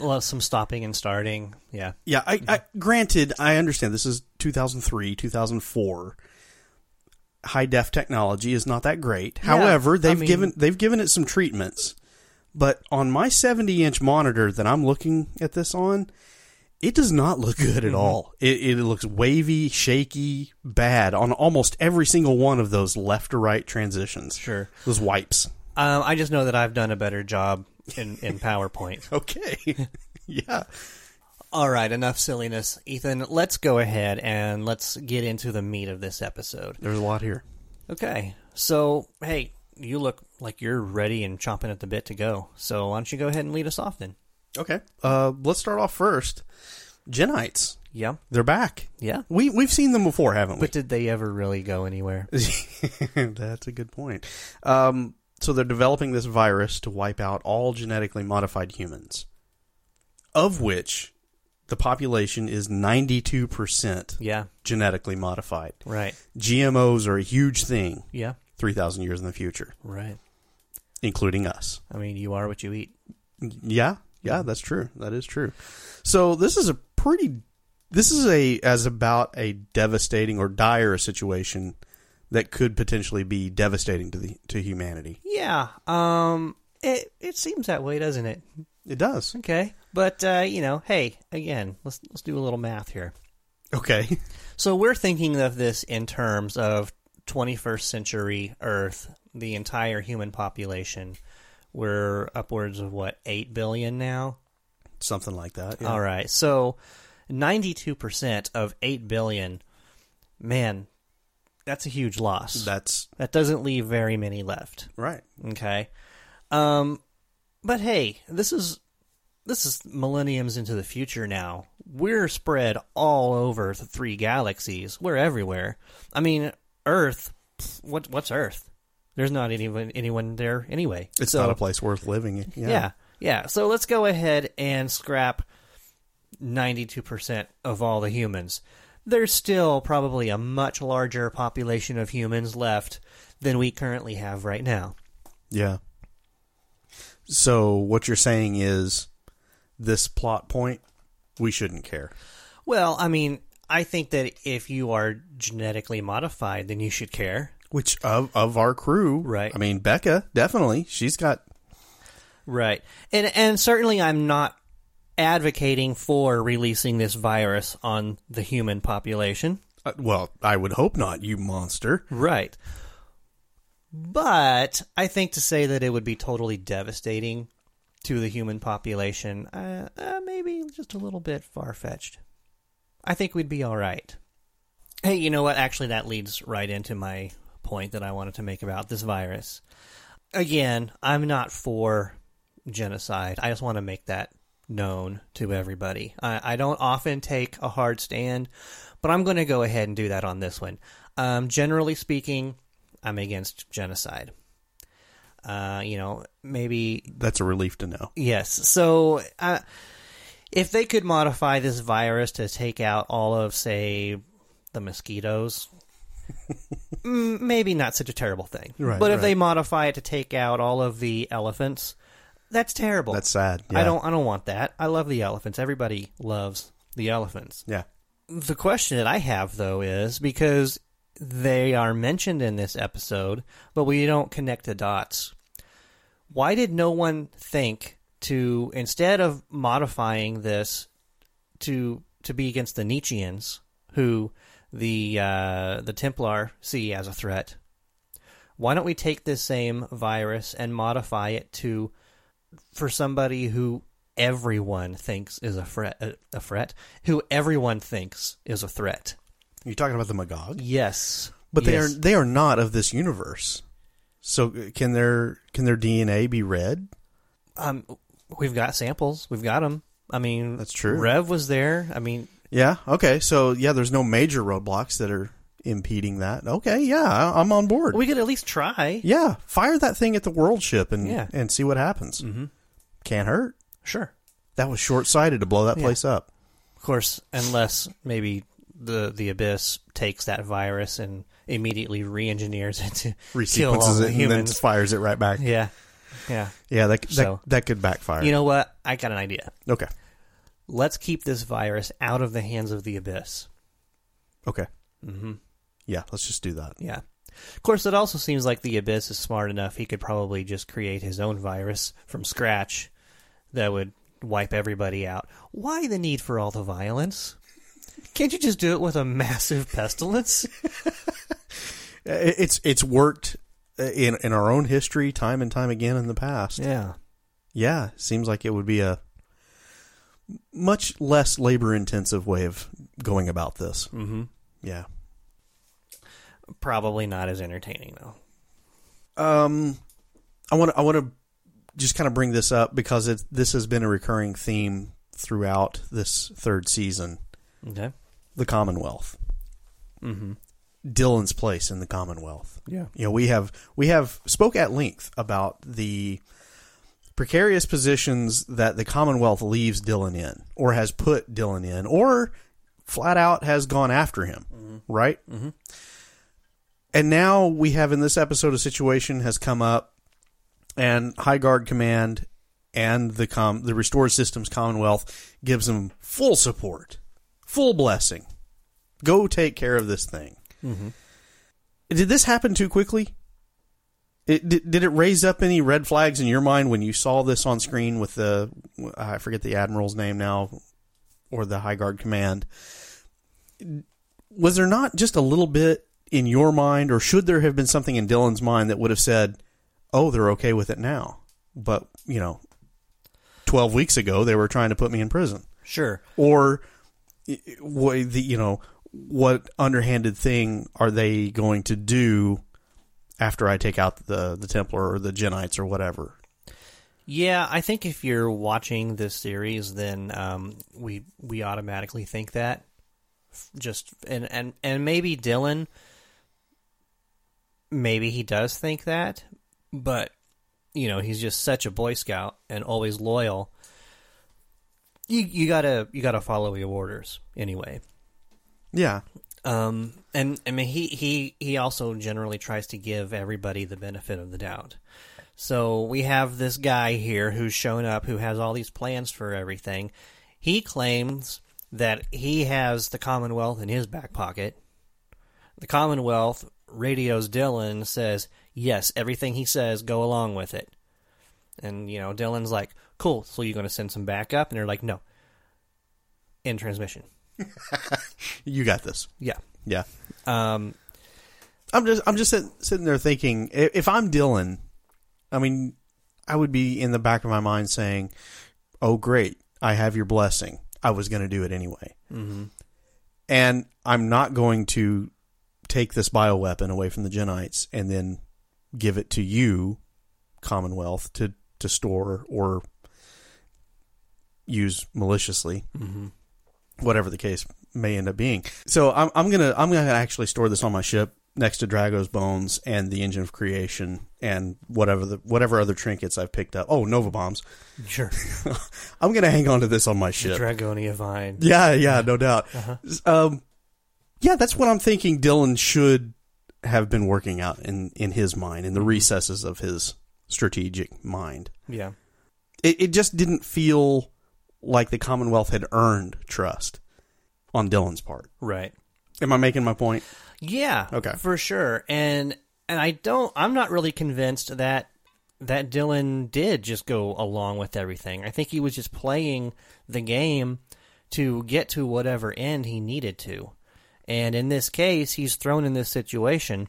B: well, some stopping and starting. Yeah.
D: Yeah, I, I granted I understand this is 2003, 2004. High def technology is not that great. However,
B: I
D: they've
B: mean-
D: given they've given it some treatments. But on my 70-inch monitor that I'm looking at this on, it does not look good
B: Mm-hmm.
D: at all. It, it looks wavy, shaky, bad on almost every single one of those left to right transitions.
B: Sure.
D: Those wipes.
B: Um, I just know that I've done a better job in, in PowerPoint.
D: Okay. yeah.
B: All right, enough silliness. Ethan, let's go ahead and let's get into the meat of this episode.
D: There's a lot here.
B: Okay, so, hey, you look like you're ready and chomping at the bit to go. So, why don't you go ahead and lead us off then?
D: Okay. Uh, let's start off first. Genites.
B: Yeah.
D: They're back.
B: Yeah.
D: We we've seen them before, haven't we?
B: But did they ever really go anywhere?
D: That's a good point. Um, so they're developing this virus to wipe out all genetically modified humans, of which the population is 92%
B: Yeah.
D: genetically modified.
B: Right.
D: GMOs are a huge thing
B: Yeah.
D: 3,000 years in the future,
B: Right.
D: including us.
B: I mean, you are what you eat.
D: Yeah, yeah, that's true. That is true. So this is a pretty, this is a as about a devastating or dire situation that could potentially be devastating to the to humanity.
B: Yeah. Um it it seems that way, doesn't it?
D: It does.
B: Okay. But uh, you know, hey, again, let's let's do a little math here.
D: Okay.
B: So we're thinking of this in terms of 21st century Earth, the entire human population. We're upwards of what 8 billion now.
D: Something like that. yeah.
B: All right. So 92% of 8 billion. Man, that's a huge loss.
D: That's
B: that doesn't leave very many left.
D: right.
B: Okay. Um but hey, this is this is millenniums into the future now. We're spread all over the three galaxies. We're everywhere. I mean, Earth, pff, what what's Earth? There's not anyone anyone there anyway.
D: It's
B: So-
D: not a place worth living. in.
B: Yeah. yeah. So let's go ahead and scrap 92% of all the humans. There's still probably a much larger population of humans left than we currently have right now.
D: Yeah. So what you're saying is this plot point we shouldn't care.
B: Well, I mean, I think that if you are genetically modified, then you should care.
D: Which of of our crew,
B: Right.
D: I mean, Becca definitely. She's got
B: Right. And and certainly I'm not advocating for releasing this virus on the human population.
D: uh, well, I would hope not, you monster.
B: Right. But I think to say that it would be totally devastating to the human population, uh, uh, maybe just a little bit far fetched. I think we'd be all right. Hey, you know what? Actually, that leads right into my point that I wanted to make about this virus. Again, I'm not for genocide. I just want to make that known to everybody. I, I don't often take a hard stand, but I'm going to go ahead and do that on this one. Um, generally speaking, I'm against genocide. Uh, you know, maybe
D: That's a relief to know.
B: Yes. So uh, if they could modify this virus to take out all of, say, the mosquitoes, mm, maybe not such a terrible thing.
D: Right,
B: but if
D: right.
B: they modify it to take out all of the elephants, that's terrible.
D: That's sad. Yeah.
B: I don't. I don't want that. I love the elephants. Everybody loves the elephants
D: Yeah.
B: the question that I have though is because they are mentioned in this episode, but we don't connect the dots. Why did no one think to instead of modifying this to to be against the Nietzscheans, who the uh, the Templar see as a threat? Why don't we take this same virus and modify it to for somebody who everyone thinks is a threat, a, a threat, who everyone thinks is a threat.
D: You're talking about the Magog?
B: Yes,
D: But they
B: Yes.
D: are they are not of this universe. So uh, can their can their DNA be read?
B: Um, we've got samples. We've got them. I mean,
D: That's true.
B: Rev was there. I mean,
D: Yeah. Okay. So yeah, there's no major roadblocks that are impeding that. Okay. Yeah, I- I'm on board.
B: we could at least try.
D: yeah, fire that thing at the world ship and
B: Yeah.
D: and see what happens. Mm-hmm. Can't hurt.
B: Sure.
D: That was short sighted to blow that
B: Yeah.
D: place up.
B: Of course, unless maybe the the abyss takes that virus and immediately re-engineers it to kill all
D: Resequences
B: the
D: it and then
B: humans.
D: fires it right back.
B: yeah, yeah.
D: Yeah, that that,
B: So-
D: that could backfire.
B: You know what? I got an idea.
D: Okay.
B: Let's keep this virus out of the hands of the abyss.
D: Okay. Mm-hmm. Yeah, let's just do that.
B: Yeah. Of course, it also seems like the Abyss is smart enough. He could probably just create his own virus from scratch that would wipe everybody out. Why the need for all the violence? Can't you just do it with a massive pestilence?
D: It- It's it's worked in in our own history, time and time again in the past.
B: Yeah.
D: Yeah, seems like it would be a much less labor intensive way of going about this. Mm-hmm. Yeah.
B: Probably not as entertaining though.
D: Um, I want to I want to just kind of bring this up because it, this has been a recurring theme throughout this third season:
B: Okay.
D: the Commonwealth, mm-hmm. Dylan's place in the Commonwealth.
B: Yeah.
D: you know we have we have spoke at length about the precarious positions that the Commonwealth leaves Dylan in, or has put Dylan in, or flat out has gone after him, right? Mm-hmm. And now we have in this episode a situation has come up, and High Guard Command and the com the Restored Systems Commonwealth gives them full support, full blessing. Go take care of this thing. Did this happen too quickly? It, did, did it raise up any red flags in your mind when you saw this on screen with the I forget the admiral's name now or the high guard command? Was there not just a little bit in your mind, or should there have been something in Dylan's mind that would have said, "Oh, they're okay with it now," but you know, twelve weeks ago they were trying to put me in prison?
B: Sure.
D: or i- i- what the you know what underhanded thing are they going to do after I take out the the Templar or the Genites or whatever?
B: Yeah, I think if you're watching this series, then um, we we automatically think that. F- Just and and and maybe Dylan, maybe he does think that, but you know he's just such a Boy Scout and always loyal. You you gotta you gotta follow your orders anyway.
D: Yeah,
B: Um, and I mean, he, he, he also generally tries to give everybody the benefit of the doubt. So we have this guy here who's shown up who has all these plans for everything. He claims that he has the Commonwealth in his back pocket. The Commonwealth radios Dylan, says, Yes, everything he says, go along with it. And, you know, Dylan's like, Cool, so you're going to send some backup? And they're like, No. In transmission.
D: you got this.
B: Yeah.
D: Yeah,
B: Um,
D: I'm just I'm just sit, sitting there thinking i- if I'm Dylan, I mean, I would be in the back of my mind saying, "Oh, great, I have your blessing. I was going to do it anyway, mm-hmm. and I'm not going to take this bioweapon away from the Genites and then give it to you, Commonwealth, to to store or use maliciously." whatever the case may end up being. So I'm, I'm gonna I'm gonna actually store this on my ship next to Drago's bones and the engine of creation and whatever the whatever other trinkets I've picked up. Oh, Nova bombs.
B: sure.
D: I'm gonna hang on to this on my ship.
B: Dragonia Vine.
D: yeah, yeah, no doubt. Um, yeah, that's what I'm thinking. Dylan should have been working out in in his mind in the recesses of his strategic mind.
B: Yeah.
D: it, it just didn't feel like the Commonwealth had earned trust on Dylan's part.
B: Right.
D: Am I making my point?
B: Yeah.
D: Okay.
B: For sure. And and I don't I'm not really convinced that that Dylan did just go along with everything. I think he was just playing the game to get to whatever end he needed to. And in this case, he's thrown in this situation.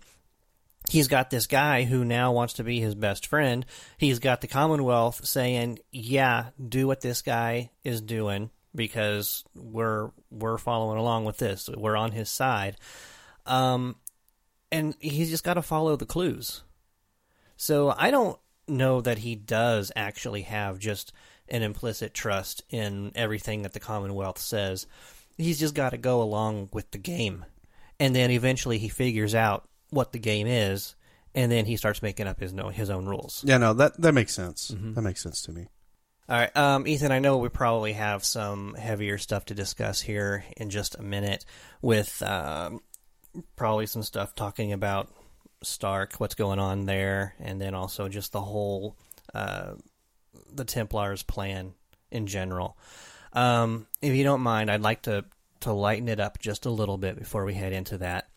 B: He's got this guy who now wants to be his best friend. He's got the Commonwealth saying, "Yeah, do what this guy is doing because we're we're following along with this. We're on his side." Um, and he's just got to follow the clues. So I don't know that he does actually have just an implicit trust in everything that the Commonwealth says. He's just got to go along with the game. And then eventually he figures out what the game is, and then he starts making up his, no, his own rules.
D: Yeah, no, that that makes sense. That makes sense to me.
B: All right, um, Ethan. I know we probably have some heavier stuff to discuss here in just a minute, with um, probably some stuff talking about Stark, what's going on there, and then also just the whole uh, the Templars' plan in general. Um, if you don't mind, I'd like to to lighten it up just a little bit before we head into that.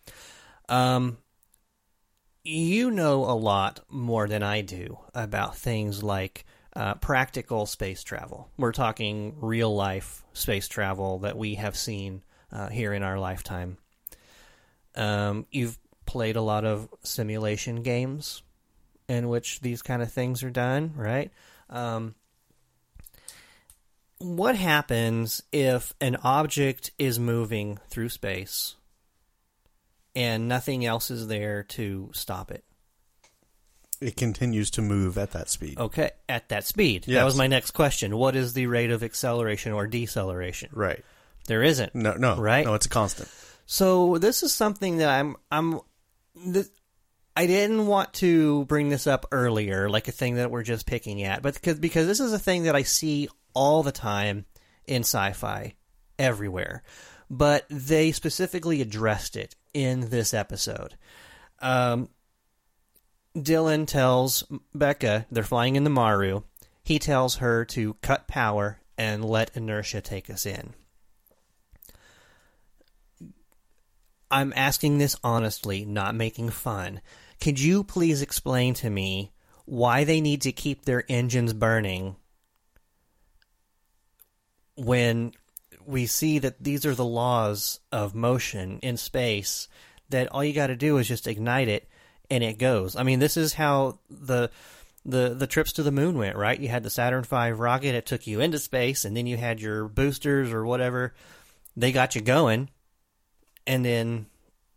B: Um, you know a lot more than I do about things like uh, practical space travel. We're talking real life space travel that we have seen uh, here in our lifetime. Um, you've played a lot of simulation games in which these kind of things are done, right? Um, what happens if an object is moving through space and nothing else is there to stop it?
D: It continues to move at that speed.
B: Okay, at that speed. That
D: Yes.
B: was my next question. What is the rate of acceleration or deceleration?
D: Right.
B: There isn't.
D: No, no.
B: Right?
D: No, it's a constant.
B: So this is something that I'm I'm th- I didn't want to bring this up earlier, like a thing that we're just picking at, but because because this is a thing that I see all the time in sci-fi everywhere, but they specifically addressed it in this episode. Um, Dylan tells Becca they're flying in the Maru. He tells her to cut power and let inertia take us in. I'm asking this honestly, not making fun. Could you please explain to me why they need to keep their engines burning when we see that these are the laws of motion in space that all you got to do is just ignite it and it goes. I mean, this is how the the the trips to the moon went, right? You had the Saturn V rocket, it took you into space and then you had your boosters or whatever. They got you going and then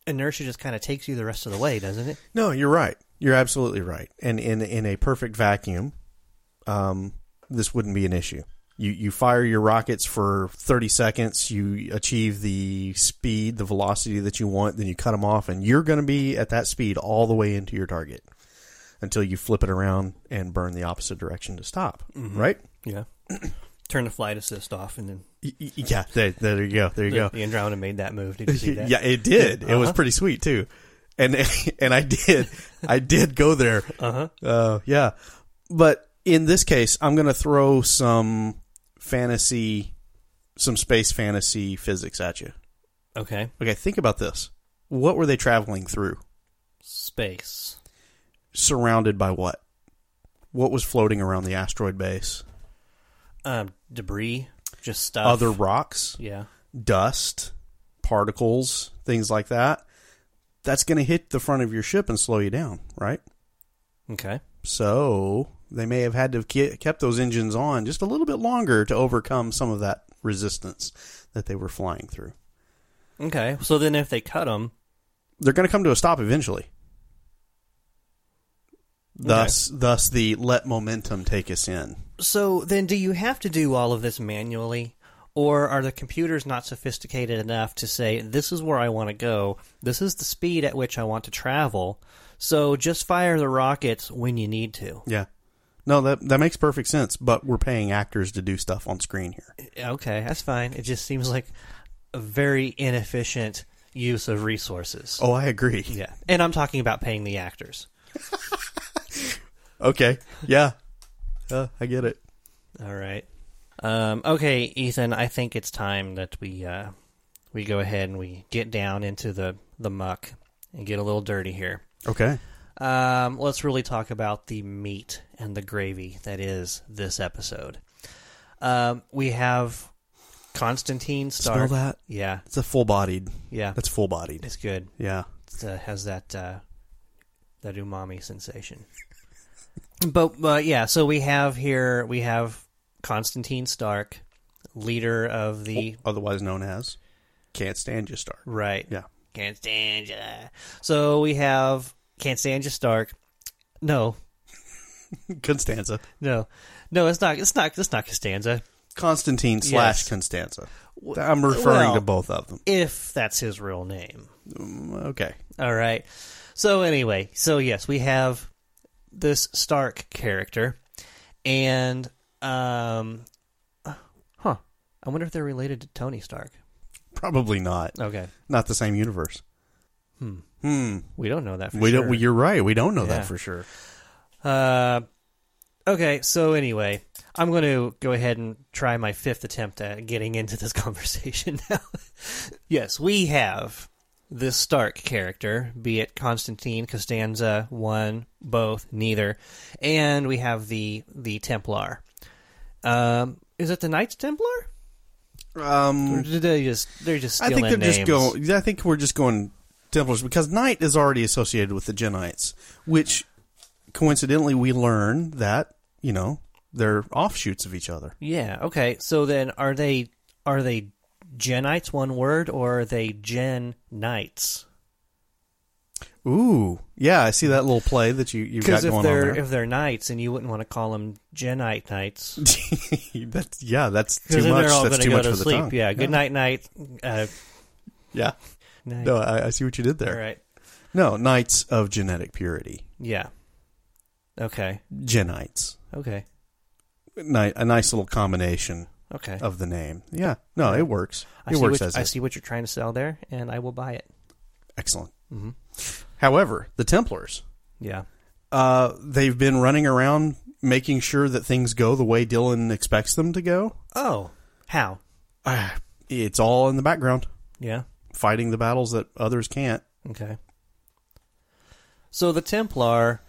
B: inertia just kind of takes you the rest of the way, doesn't it?
D: No, you're right. You're absolutely right. And in in a perfect vacuum, um, this wouldn't be an issue. You you fire your rockets for 30 seconds, you achieve the speed, the velocity that you want, then you cut them off, and you're going to be at that speed all the way into your target until you flip it around and burn the opposite direction to stop. Right?
B: Yeah. Turn the flight assist off, and then
D: Y- y- Yeah. There, there you go. There you go.
B: the Andromeda made that move. Did you see that?
D: Yeah, it did. It was
B: Uh-huh.
D: pretty sweet too, and and I did, I did go there.
B: Uh-huh.
D: Uh, yeah, but in this case, I'm going to throw some fantasy, some space fantasy physics at you.
B: Okay.
D: Okay, think about this. What were they traveling through?
B: Space.
D: Surrounded by what? What was floating around the asteroid base?
B: Um, debris. Just stuff.
D: Other rocks,
B: Yeah.
D: dust, particles, things like that. That's going to hit the front of your ship and slow you down, right?
B: Okay.
D: So they may have had to have ke- kept those engines on just a little bit longer to overcome some of that resistance that they were flying through.
B: Okay. So then, if they cut them,
D: They're going to come to a stop eventually. Thus, thus the let momentum take us in.
B: so then, do you have to do all of this manually, or are the computers not sophisticated enough to say this is where I want to go, this is the speed at which I want to travel? So just fire the rockets when you need to.
D: Yeah. No, that that makes perfect sense. But we're paying actors to do stuff on screen here.
B: Okay, that's fine. It just seems like a very inefficient use of resources.
D: Oh, I agree.
B: Yeah. And I'm talking about paying the actors.
D: Okay. Yeah. Uh, I get it.
B: All right. Um, okay, Ethan, I think it's time that we uh, we go ahead and we get down into the, the muck and get a little dirty here.
D: Okay.
B: Um, let's really talk about the meat and the gravy that is this episode. Um, we have Constantine Stark.
D: Smell that?
B: Yeah,
D: It's a full bodied.
B: yeah.
D: That's full bodied.
B: It's good.
D: Yeah.
B: uh, has that uh, that umami sensation. but uh, yeah, so we have here we have Constantine Stark, leader of
D: Oh.
B: the
D: Otherwise known as can't stand you, Stark.
B: right.
D: Yeah.
B: Can't stand ya. So we have can't stand ya Stark. No,
D: Constanza.
B: no, no. It's not. It's not. It's not Costanza.
D: Constantine slash
B: Yes.
D: Constanza. I'm referring
B: well-
D: to both of them.
B: If that's his real name.
D: Okay.
B: All right. So anyway, so yes, we have this Stark character, and um, huh. I wonder if they're related to Tony Stark.
D: Probably not.
B: Okay,
D: Not the same universe.
B: Hmm.
D: Hmm.
B: we don't know that. For
D: we
B: sure.
D: don't. we- you're right. We don't know
B: Yeah.
D: that for sure.
B: Uh, okay. So anyway, I'm going to go ahead and try my fifth attempt at getting into this conversation now. yes, we have this Stark character, be it Constantine, Costanza, one, both, neither, and we have the the Templar. Um, is it the Knights Templar? Or
D: Um,
B: did they just they're just
D: I think
B: stealing
D: they're just
B: names?
D: going. I think we're just going Templars because Knight is already associated with the Genites, which coincidentally, we learn that you know they're offshoots of each other.
B: Yeah. Okay. So then, are they are they Genites one word or are they Gen Knights?
D: Ooh, yeah, I see that little play that you you've got
B: Because
D: going
B: if
D: on
B: they're
D: there.
B: if they're knights, and you wouldn't want to call them Genite Knights,
D: that's, yeah, that's
B: because
D: too
B: then
D: much.
B: they're all
D: That's
B: going to
D: too
B: go
D: much
B: to
D: for the
B: sleep.
D: tongue.
B: yeah. Good night, night. Uh,
D: Yeah.
B: night.
D: No, I, I see what you did
B: All
D: there.
B: right.
D: No, knights of genetic purity,
B: Yeah. Okay.
D: genites.
B: Okay.
D: Ni- a nice little combination
B: Okay.
D: of the name. Yeah, no, it works.
B: I
D: Oh, It
B: see
D: works
B: what,
D: as
B: I
D: it.
B: see what you're trying to sell there, and I will buy it.
D: excellent.
B: Mm-hmm.
D: However, the Templars,
B: Yeah.
D: uh, they've been running around making sure that things go the way Dylan expects them to go.
B: Oh, how?
D: Ah, it's all in the background,
B: Yeah.
D: fighting the battles that others can't.
B: Okay. So the Templar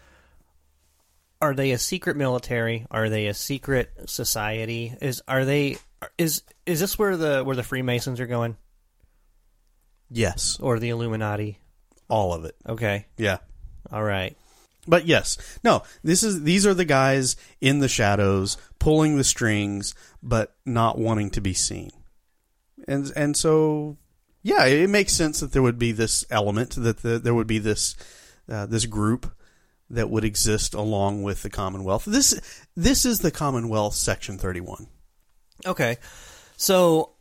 B: are they a secret military? Are they a secret society? Is are they is is this where the where the Freemasons are going
D: Yes,
B: or the Illuminati?
D: all of it.
B: Okay.
D: Yeah.
B: All right.
D: But yes, no. This is these are the guys in the shadows pulling the strings, but not wanting to be seen, and and so yeah, it makes sense that there would be this element that the, there would be this uh, this group that would exist along with the Commonwealth. This this is the Commonwealth Section Thirty One.
B: Okay. So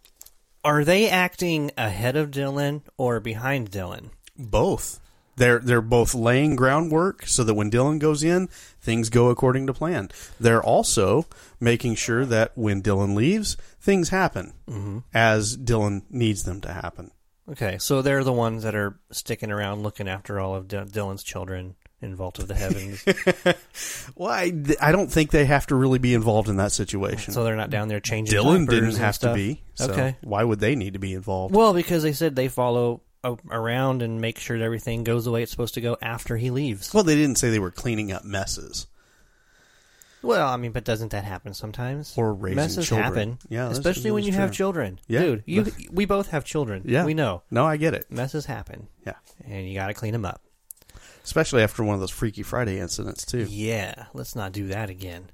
B: are they acting ahead of Dylan or behind Dylan?
D: Both they're they're both laying groundwork so that when Dylan goes in, things go according to plan. They're also making sure that when Dylan leaves, things happen
B: Mm-hmm.
D: as Dylan needs them to happen.
B: Okay, so they're the ones that are sticking around looking after all of D- Dylan's children in Vault of the Heavens.
D: Well, I, I don't think they have to really be involved in that situation.
B: so they're not down there changing
D: Dylan
B: diapers
D: didn't
B: and
D: have to
B: stuff.
D: be. So
B: Okay.
D: Why would they need to be involved?
B: Well, because they said they follow a- around and make sure that everything goes the way it's supposed to go after he leaves.
D: Well, they didn't say they were cleaning up messes.
B: Well, I mean, but doesn't that happen sometimes?
D: Or raising
B: Messes
D: children.
B: happen.
D: Yeah, that's-
B: especially when
D: that's
B: you have
D: true.
B: children.
D: Yeah.
B: Dude, you, we both have children.
D: Yeah,
B: We know.
D: No, I get it.
B: Messes happen,
D: Yeah,
B: and you got to clean them up.
D: especially after one of those Freaky Friday incidents too.
B: Yeah, let's not do that again.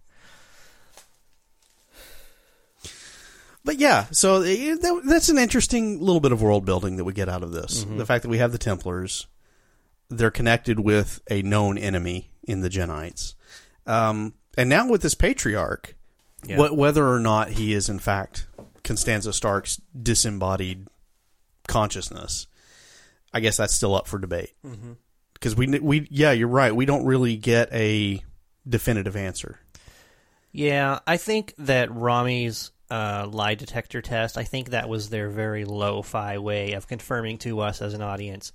D: But yeah, so eh, that, that's an interesting little bit of world building that we get out of this. The fact that we have the Templars, they're connected with a known enemy in the Genites, um, and now with this patriarch,
B: Yeah.
D: wh- whether or not he is in fact Constanza Stark's disembodied consciousness, I guess that's still up for debate. Because we kn- we yeah, you're right. We don't really get a definitive answer.
B: Yeah, I think that Rami's uh, lie detector test, I think that was their very lo fi way of confirming to us as an audience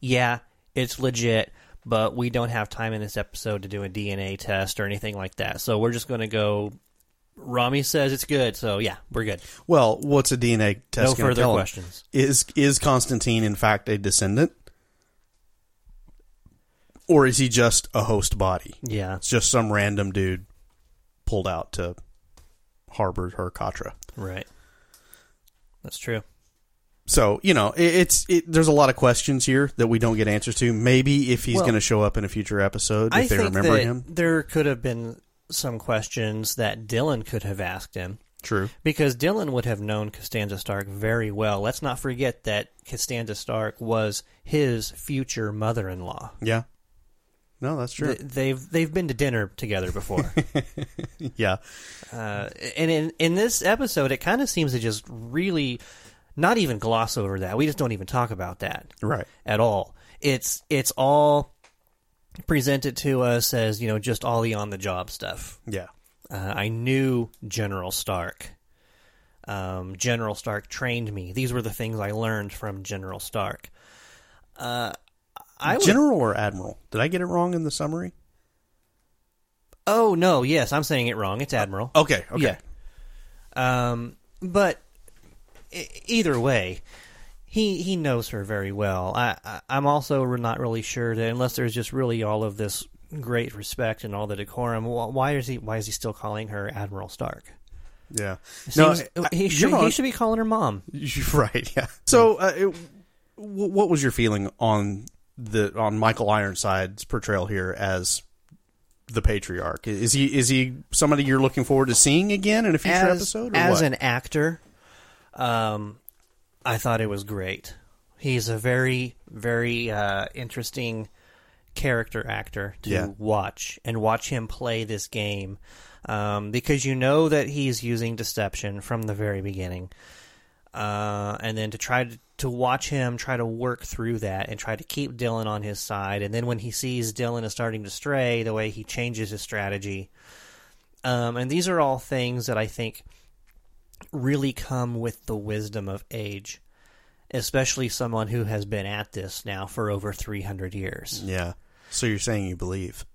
B: yeah, it's legit, but we don't have time in this episode to do a DNA test or anything like that. So we're just going to go. Rami says it's good, so yeah, we're good.
D: Well, what's a DNA test?
B: no
D: gonna
B: further
D: tell him?
B: questions.
D: Is is Constantine in fact a descendant, or is he just a host body?
B: Yeah,
D: It's just some random dude pulled out to harbor her Katra.
B: right. That's true.
D: So you know, it, it's it, there's a lot of questions here that we don't get answers to. Maybe if he's
B: Well,
D: going to show up in a future episode, if
B: I
D: they
B: think
D: remember
B: that
D: him.
B: there could have been some questions that Dylan could have asked him.
D: True.
B: Because Dylan would have known Costanza Stark very well. Let's not forget that Costanza Stark was his future mother-in-law.
D: Yeah. No, that's true.
B: Th- They've they've been to dinner together before,
D: yeah.
B: uh, and in in this episode, it kind of seems to just really not even gloss over that. We just don't even talk about that
D: Right.
B: at all. It's it's all presented to us as you know just all the on the job stuff.
D: Yeah.
B: Uh, I knew General Stark. Um, General Stark trained me. These were the things I learned from General Stark. Uh, I would,
D: General or admiral? Did I get it wrong in the summary?
B: oh no, yes, I'm saying it wrong.
D: Uh,
B: It's Admiral.
D: Okay. Okay.
B: Yeah. Um, but e- either way, he he knows her very well. I, I I'm also re- not really sure that unless there's just really all of this great respect and all the decorum, wh- why is he why is he still calling her Admiral Stark?
D: Yeah.
B: Seems-
D: I-
B: he,
D: you're
B: should,
D: wrong.
B: he should be calling her mom.
D: You're Right. Yeah. So, uh, it, wh- what was your feeling on the on Michael Ironside's portrayal here as the patriarch? Is he is he somebody you're looking forward to seeing again in a future
B: as,
D: episode? Or
B: as
D: what?
B: an actor, um, I thought it was great. He's a very, very uh, interesting character actor to
D: Yeah.
B: watch and watch him play this game um, because you know that he's using deception from the very beginning. Uh, and then to try to, to watch him try to work through that and try to keep Dylan on his side. And then when he sees Dylan is starting to stray, the way he changes his strategy. Um, and these are all things that I think really come with the wisdom of age, especially someone who has been at this now for over 300 years.
D: yeah. So you're saying you believe?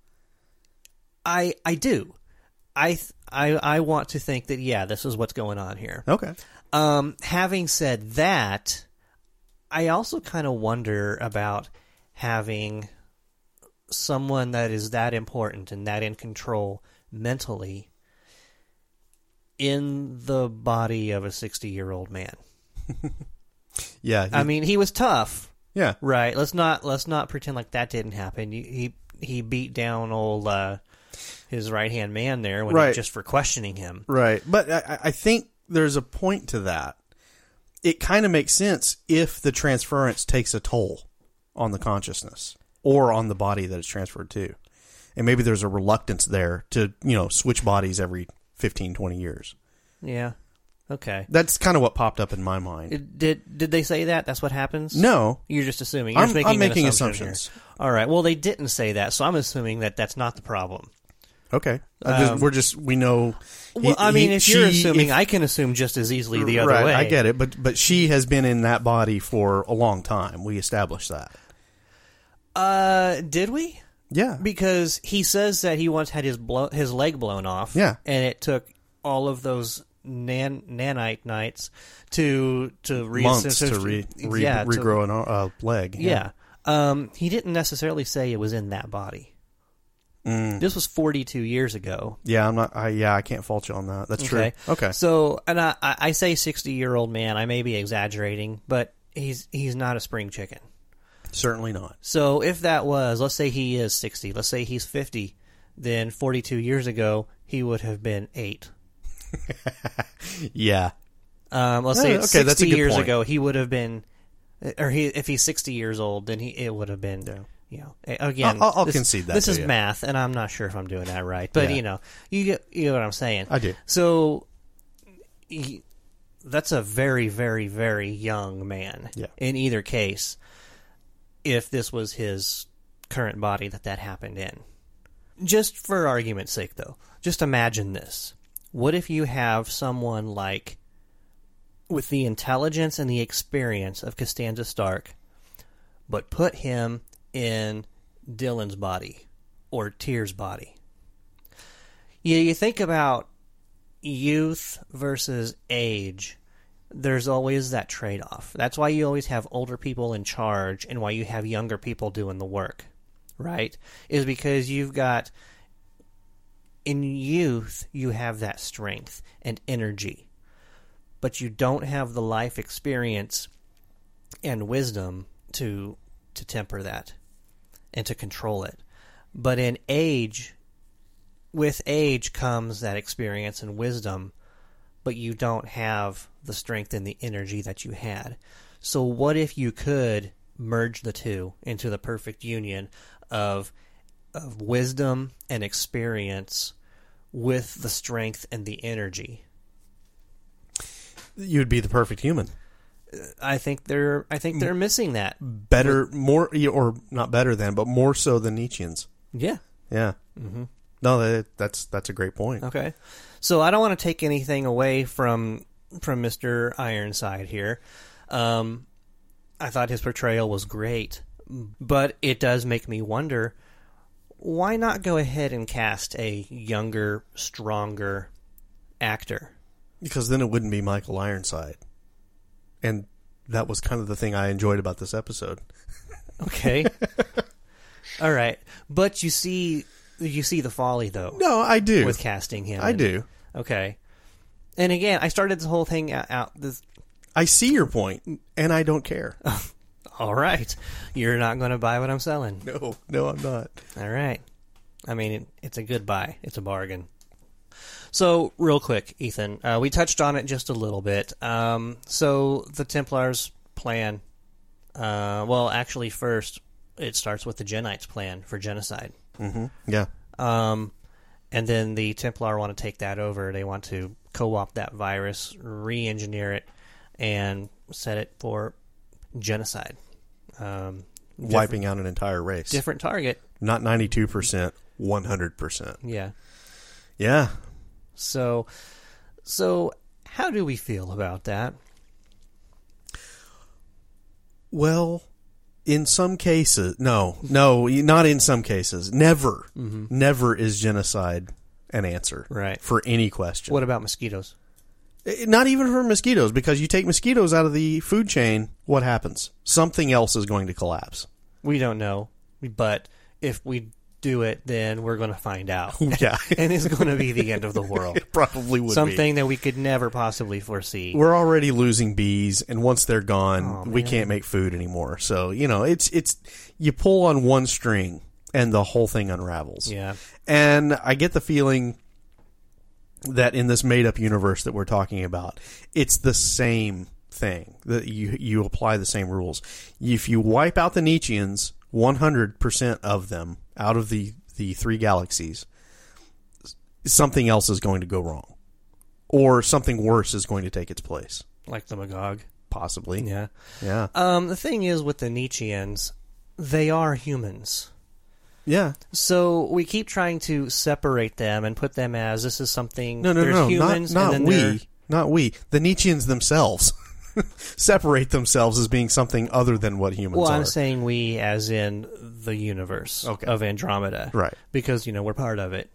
B: I, I do. I, th- I, I want to think that, yeah, this is what's going on here.
D: Okay.
B: Um, having said that, I also kind of wonder about having someone that is that important and that in control mentally in the body of a 60 year old man.
D: Yeah.
B: I mean, he was tough,
D: yeah.
B: right? Let's not let's not pretend like that didn't happen. He he, he beat down old uh, his right hand man there when
D: Right.
B: just for questioning him.
D: Right. But I, I- I think there's a point to that. It kind of makes sense if the transference takes a toll on the consciousness or on the body that it's transferred to. And maybe there's a reluctance there to, you know, switch bodies every 15, 20 years.
B: Yeah. Okay.
D: That's kind of what popped up in my mind.
B: It- Did did they say that? That's what happens.
D: no.
B: You're just assuming. You're
D: I'm-
B: just making
D: I'm making
B: an assumption
D: assumptions.
B: here. All right. Well, they didn't say that, so I'm assuming that that's not the problem.
D: Okay. I just, we're just, we know.
B: Um, Well,
D: he-
B: I mean,
D: he-
B: if you're
D: she-
B: assuming,
D: if-
B: I can assume just as easily the other
D: right,
B: way.
D: I get it. But, but she has been in that body for a long time. We established that.
B: Uh, did we?
D: Yeah.
B: Because he says that he once had his blow, his leg blown off.
D: Yeah.
B: And it took all of those nan nanite nights to to re-
D: months
B: so-
D: to re, re,
B: yeah, to-
D: regrow an ar- uh, leg.
B: yeah. Um, he didn't necessarily say it was in that body.
D: Mm.
B: This was 42 years ago.
D: yeah, I'm not. I, yeah, I can't fault you on that. That's true. Okay,
B: So, and I, I I say sixty year old man. I may be exaggerating, but he's he's not a spring chicken.
D: certainly not.
B: So, if that was, let's say he is sixty. Let's say he's fifty. Then forty two years ago, he would have been eight.
D: Yeah,
B: Um, let's say
D: Yeah,
B: it's
D: Oh, okay, that's a
B: sixty
D: good
B: years
D: point.
B: ago, he would have been, or he if he's sixty years old, then he it would have been. You know, a- again,
D: I'll- I'll
B: this,
D: concede that
B: This
D: to
B: is
D: you.
B: math, and I'm not sure if I'm doing that right, but
D: Yeah.
B: you know, you get you know what I'm saying.
D: I do.
B: So y- that's a very, very, very young man.
D: Yeah.
B: In either case, if this was his current body that that happened in, just for argument's sake, though, just imagine this: What if you have someone like, with the intelligence and the experience of Costanza Stark, but put him in Dylan's body or Tear's body? Yeah, you think about youth versus age, there's always that trade off. That's why you always have older people in charge and why you have younger people doing the work, right? Is because you've got in youth, you have that strength and energy, but you don't have the life experience and wisdom to to temper that and to control it. But in age, with age comes that experience and wisdom, but you don't have the strength and the energy that you had. So, what if you could merge the two into the perfect union of, of wisdom and experience with the strength and the energy?
D: you'd be the perfect human.
B: I think they're I think they're missing that.
D: Better, more, yeah, or not better than, but more so than Nietzscheans.
B: Yeah.
D: Yeah. Mm-hmm. No, that, that's that's a great point.
B: Okay. So I don't want to take anything away from from Mr. Ironside here. Um, I thought his portrayal was great, but it does make me wonder why not go ahead and cast a younger, stronger actor?
D: Because then it wouldn't be Michael Ironside, and that was kind of the thing I enjoyed about this episode.
B: Okay. All right. But you see you see the folly though
D: No, I do.
B: with casting him.
D: I
B: in-
D: do.
B: Okay. And again, I started this whole thing out, out this
D: I see your point, and I don't care.
B: All right. You're not going to buy what I'm selling.
D: no, no, I'm not.
B: All right. I mean, it, it's a good buy. It's a bargain. So, real quick, Ethan, uh, we touched on it just a little bit. Um, so, the Templars' plan. Uh, well, actually, first it starts with the Genites' plan for genocide,
D: Yeah.
B: um, and then the Templar want to take that over. They want to co-opt that virus, re-engineer it, and set it for genocide. Um,
D: Wiping out an entire race.
B: different target,
D: Not 92%, 100%.
B: yeah.
D: Yeah.
B: So, so how do we feel about that?
D: Well, in some cases, no, no, not in some cases. Never, never is genocide an answer
B: Mm-hmm. Right.
D: for any question.
B: What about mosquitoes?
D: Eh, Not even for mosquitoes, because you take mosquitoes out of the food chain, what happens? Something else is going to collapse.
B: We don't know, but if we do it, then we're going to find out,
D: Yeah,
B: and it's going to be the end of the world.
D: it probably would be.
B: Something that we could never possibly foresee.
D: We're already losing bees, and once they're gone, we can't make food anymore. So you know, it's it's you pull on one string, and the whole thing unravels.
B: Yeah,
D: And I get the feeling that in this made up universe that we're talking about, it's the same thing that you you apply the same rules. If you wipe out the Nietzscheans, 100% of them out of the the three galaxies, s- something else is going to go wrong or something worse is going to take its place,
B: like the Magog.
D: possibly.
B: Yeah.
D: Yeah.
B: Um, the thing is with the Nietzscheans, they are humans.
D: Yeah.
B: So we keep trying to separate them and put them as this is something.
D: No, no,
B: there's
D: no,
B: humans,
D: not, not
B: and then they're-
D: we, not we. The Nietzscheans themselves separate themselves as being something other than what humans
B: Well,
D: are.
B: I'm saying we as in the universe
D: Okay.
B: of Andromeda.
D: Right.
B: Because, you know, we're part of it,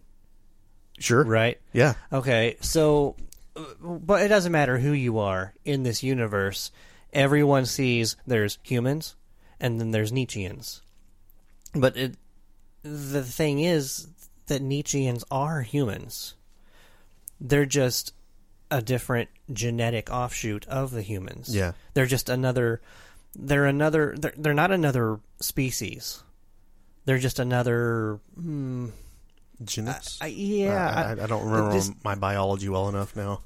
D: sure,
B: right?
D: yeah,
B: Okay, so, uh, but it doesn't matter who you are in this universe. Everyone sees there's humans and then there's Nietzscheans. But it, the thing is that Nietzscheans are humans, they're just a different genetic offshoot of the humans.
D: Yeah.
B: They're just another. They're another. They're, they're not another species. They're just another. Hmm,
D: genus.
B: I, yeah,
D: I, I, I don't remember
B: this-
D: my biology well enough now.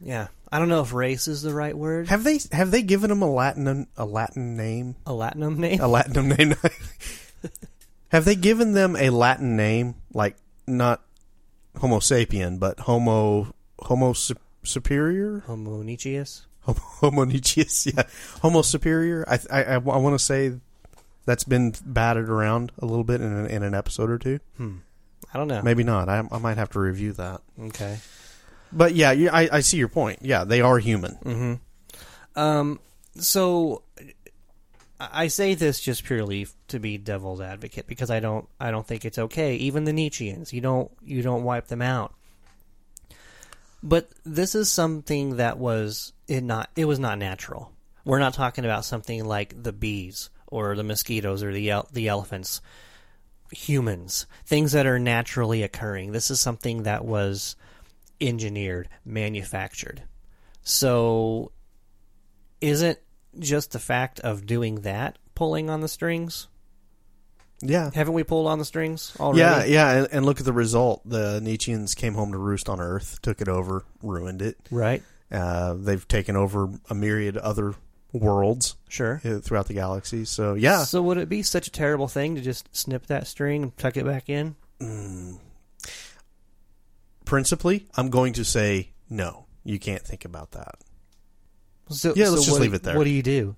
B: Yeah, I don't know if race is the right word.
D: Have they have they given them a Latin a Latin name
B: A Latinum name?
D: a Latinum name? have they given them a Latin name like not Homo sapien but Homo Homo su- superior?
B: Homo Nietzscheus?
D: Homo, homo Nietzscheus, yeah. Homo superior. I I, I, want to say that's been batted around a little bit in an, in an episode or two.
B: I don't know.
D: Maybe not. I, I might have to review that.
B: Okay.
D: But yeah, you, I, I see your point. Yeah, they are human.
B: Um. So, I I say this just purely to be devil's advocate because I don't. I don't think it's okay. Even the Nietzscheans, you don't. You don't wipe them out. But this is something that was it not. It was not natural. We're not talking about something like the bees or the mosquitoes or the el- the elephants. humans, things that are naturally occurring. This is something that was engineered, manufactured. So, isn't just the fact of doing that pulling on the strings?
D: Yeah.
B: Haven't we pulled on the strings already?
D: Yeah, yeah, and, and look at the result. The Nietzscheans came home to roost on Earth, took it over, ruined it.
B: Right.
D: Uh, they've taken over a myriad other worlds
B: Sure.
D: uh, throughout the galaxy. So yeah,
B: So would it be such a terrible thing to just snip that string and tuck it back in?
D: principally, I'm going to say no. You can't think about that.
B: So,
D: Yeah, let's
B: so
D: just
B: what-
D: leave it there.
B: What do you do?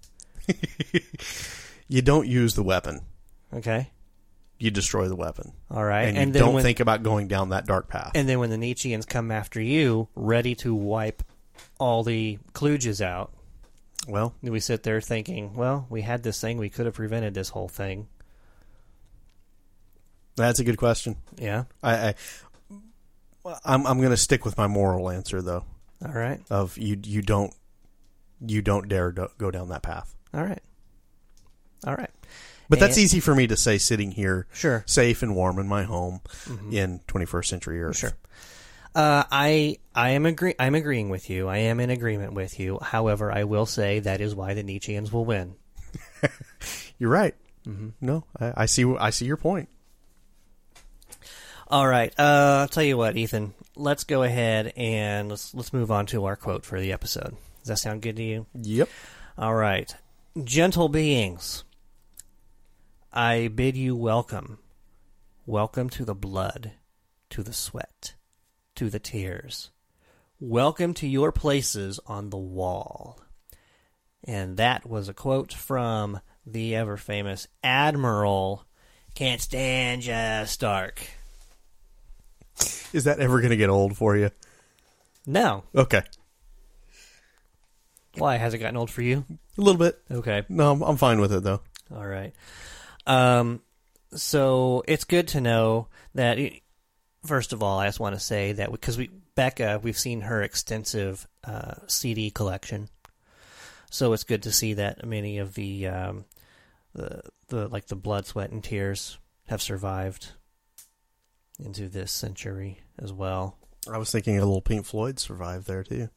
D: You don't use the weapon.
B: Okay.
D: you destroy the weapon.
B: All right.
D: And,
B: And,
D: you
B: then
D: don't
B: when,
D: think about going down that dark path.
B: And then when the Nietzscheans come after you, ready to wipe all the kludges out,
D: well,
B: we sit there thinking, well, we had this thing, we could have prevented this whole thing.
D: that's a good question.
B: Yeah.
D: I, I I'm I'm going to stick with my moral answer though
B: All right.
D: of you you don't you don't dare do, go down that path.
B: All right. All right.
D: But that's
B: And-
D: easy for me to say sitting here
B: Sure. Mm-hmm.
D: safe and warm in my home in 21st century Earth.
B: Sure. Uh, I I am agree I'm agreeing with you. I am in agreement with you. However, I will say that is why the Nietzscheans will win. Mm-hmm.
D: You're right. No, I, I see I see your point.
B: All right. Uh, I'll tell you what, Ethan. Let's go ahead and let's let's move on to our quote for the episode. Does that sound good to you?
D: Yep.
B: All right. Gentle beings, I bid you welcome. Welcome to the blood, to the sweat, to the tears. Welcome to your places on the wall. And that was a quote from the ever famous Admiral Can't Stand Ya Stark.
D: Is that ever going to get old for you?
B: No.
D: Okay.
B: Why? Has it gotten old for you?
D: A little bit.
B: Okay.
D: No, I'm, I'm fine with it though.
B: All right. Um, so it's good to know that. first of all, I just want to say that because we Becca, we've seen her extensive uh, CD collection, so it's good to see that many of the um, the the like the blood, sweat, and tears have survived into this century as well.
D: I was thinking a little Pink Floyd survived there too.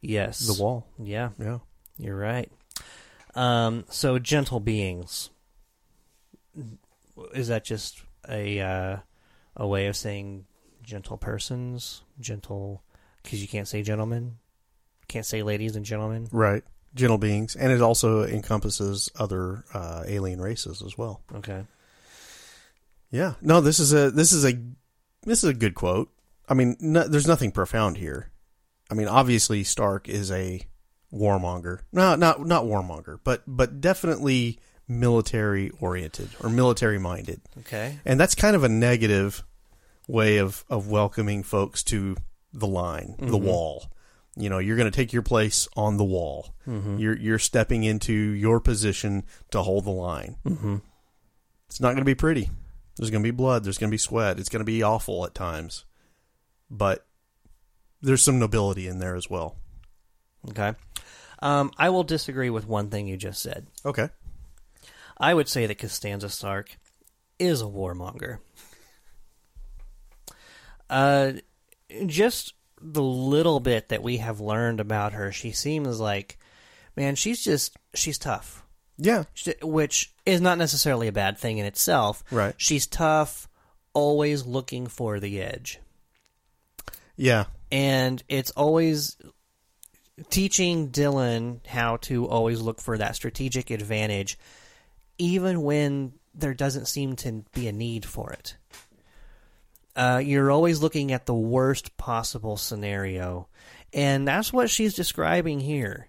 B: Yes,
D: The Wall.
B: Yeah,
D: Yeah.
B: You're right. Um, so gentle beings. Is that just a uh, a way of saying gentle persons? Gentle because you can't say gentlemen, can't say ladies and gentlemen.
D: Right. Gentle beings, and it also encompasses other uh, alien races as well.
B: Okay.
D: Yeah. No, this is a this is a this is a good quote. I mean, no, there's nothing profound here. I mean, obviously Stark is a warmonger. No, not not warmonger, but but definitely military oriented or military minded.
B: Okay.
D: And that's kind of a negative way of of welcoming folks to the line, the
B: Mm-hmm.
D: wall. You know, you're going to take your place on the wall.
B: Mm-hmm.
D: You're you're stepping into your position to hold the line. Mm-hmm. It's not going to be pretty. There's going to be blood. There's going to be sweat. It's going to be awful at times, but there's some nobility in there as well.
B: Okay. Um, I will disagree with one thing you just said.
D: Okay.
B: I would say that Costanza Stark is a warmonger. Uh, just the little bit that we have learned about her, she seems like, man, she's just, she's tough.
D: Yeah.
B: She- Which is not necessarily a bad thing in itself.
D: Right.
B: She's tough, always looking for the edge
D: Yeah.
B: and it's always teaching Dylan how to always look for that strategic advantage, even when there doesn't seem to be a need for it. Uh, you're always looking at the worst possible scenario, and that's what she's describing here.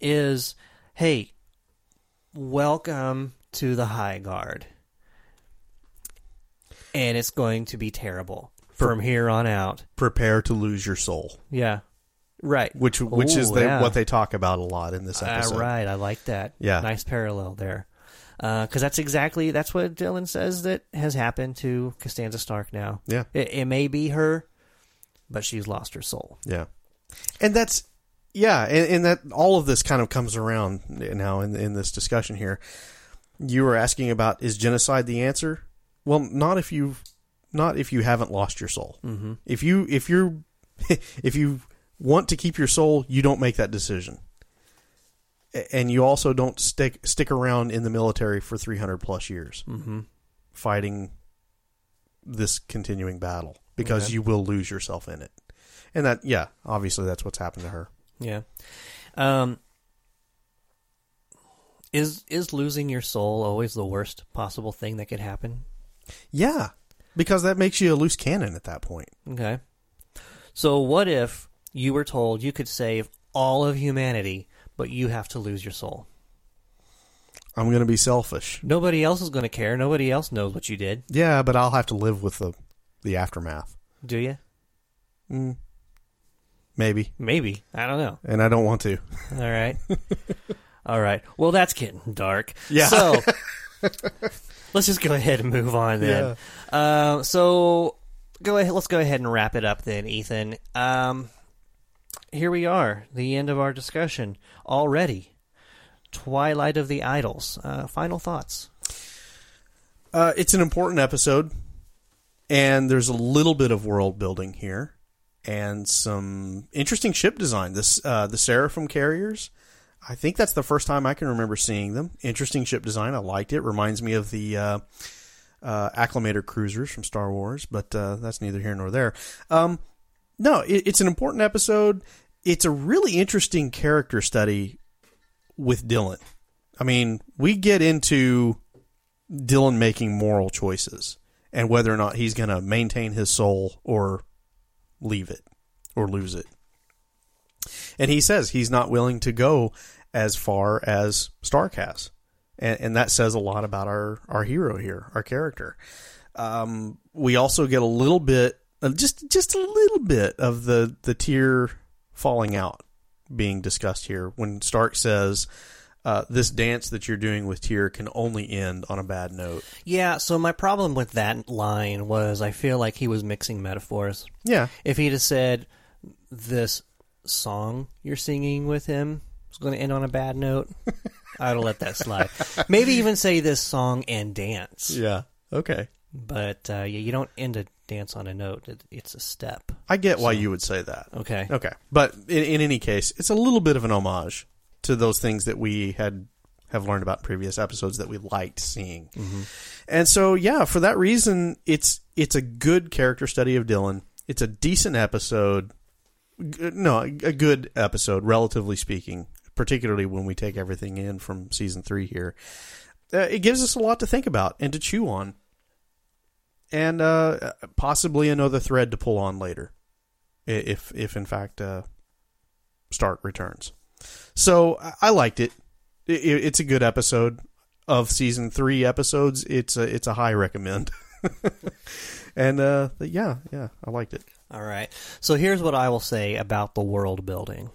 B: Is hey, welcome to the high guard, and it's going to be terrible from here on out.
D: Prepare to lose your soul,
B: Yeah. Right.
D: which which is
B: Ooh,
D: the,
B: yeah.
D: what they talk about a lot in this
B: Uh,
D: episode.
B: right. I like that.
D: Yeah.
B: Nice parallel there. Because that's exactly that's what Dylan says that has happened to Costanza Stark now.
D: Yeah.
B: It, it may be her, but she's lost her soul.
D: Yeah, and that's yeah, and, and that all of this kind of comes around now in in this discussion here. You were asking about is genocide the answer? Well, not if you not if you haven't lost your soul. Mm-hmm. If you if you're if you want to keep your soul, you don't make that decision, A- and you also don't stick stick around in the military for three hundred plus years
B: Mm-hmm.
D: fighting this continuing battle because you will lose yourself in it. And that, yeah, obviously that's what's happened to her.
B: Yeah. Um, is is losing your soul always the worst possible thing that could happen?
D: Yeah, because that makes you a loose cannon at that point.
B: Okay. So what if you were told you could save all of humanity, but you have to lose your soul?
D: I'm going to be selfish.
B: Nobody else is going to care. Nobody else knows what you did.
D: Yeah, but I'll have to live with the the aftermath.
B: Do you?
D: Mm. Maybe,
B: Maybe. I don't know.
D: and I don't want to.
B: All right. All right. Well, that's getting dark.
D: Yeah.
B: So let's just go ahead and move on then. Uh, so go ahead. Let's go ahead and wrap it up then, Ethan. Um, here we are, the end of our discussion already. Twilight of the Idols. Uh, final thoughts.
D: Uh, it's an important episode, and there's a little bit of world building here, and some interesting ship design. This uh, the Seraphim carriers. I think that's the first time I can remember seeing them. Interesting ship design. I liked it. Reminds me of the uh, uh, acclimator cruisers from Star Wars, but uh, that's neither here nor there. Um, no, it, it's an important episode. It's a really interesting character study with Dylan. I mean, we get into Dylan making moral choices and whether or not he's going to maintain his soul or leave it or lose it. And he says he's not willing to go as far as Starcast. And, and that says a lot about our, our hero here, our character. Um, we also get a little bit, uh, just just a little bit of the, the tear falling out being discussed here when Stark says, uh, this dance that you're doing with tear can only end on a bad note.
B: Yeah, so my problem with that line was I feel like he was mixing metaphors.
D: Yeah.
B: If he'd have said, this song you're singing with him is going to end on a bad note, I'd have let that slide. Maybe even say this song and dance.
D: Yeah. Okay.
B: But uh, yeah, you don't end a dance on a note, it, it's a step.
D: I get why you would say that.
B: Okay.
D: Okay. But in, in any case, it's a little bit of an homage to those things that we had have learned about in previous episodes that we liked seeing. And so yeah, for that reason, it's it's a good character study of Dylan. It's a decent episode. G- No, a a good episode, relatively speaking, particularly when we take everything in from season three here. Uh, it gives us a lot to think about and to chew on, and uh, possibly another thread to pull on later i- if if in fact uh, Stark returns. So I- I liked it. I- i it's a good episode of season three episodes. It's a it's a high recommend. and uh, yeah, yeah, I liked it.
B: All right. So here's what I will say about the world building.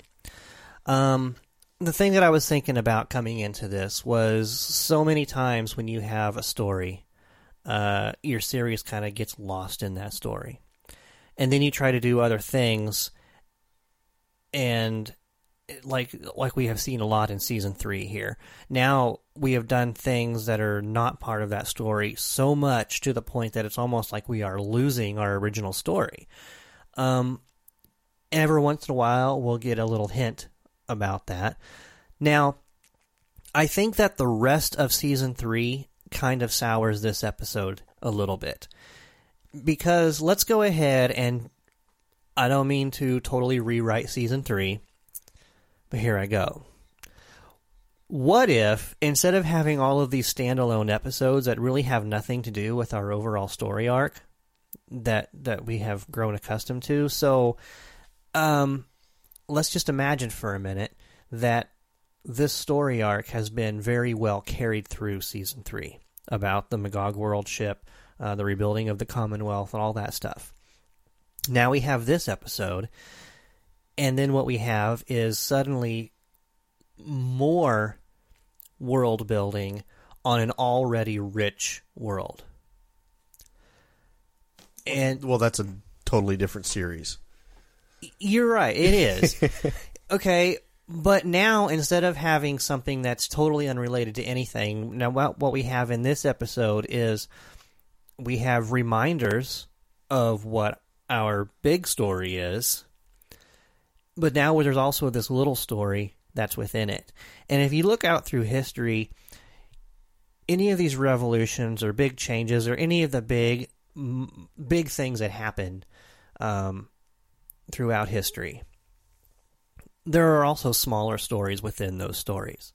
B: Um, the thing that I was thinking about coming into this was so many times when you have a story, uh, your series kind of gets lost in that story. And then you try to do other things, and like like we have seen a lot in season three here. Now we have done things that are not part of that story so much to the point that it's almost like we are losing our original story. Um, every once in a while, we'll get a little hint about that. Now, I think that the rest of season three kind of sours this episode a little bit because let's go ahead and I don't mean to totally rewrite season three, but here I go. What if instead of having all of these standalone episodes that really have nothing to do with our overall story arc that that we have grown accustomed to, so um, let's just imagine for a minute that this story arc has been very well carried through season three about the Magog world ship, uh, the rebuilding of the Commonwealth, and all that stuff. Now we have this episode, and then what we have is suddenly more world building on an already rich world. And
D: Well, that's a totally different series.
B: You're right. It is. okay, but now instead of having something that's totally unrelated to anything, now what what we have in this episode is we have reminders of what our big story is, but now there's also this little story that's within it. And if you look out through history, any of these revolutions or big changes or any of the big m- big things that happen um, throughout history. There are also smaller stories within those stories.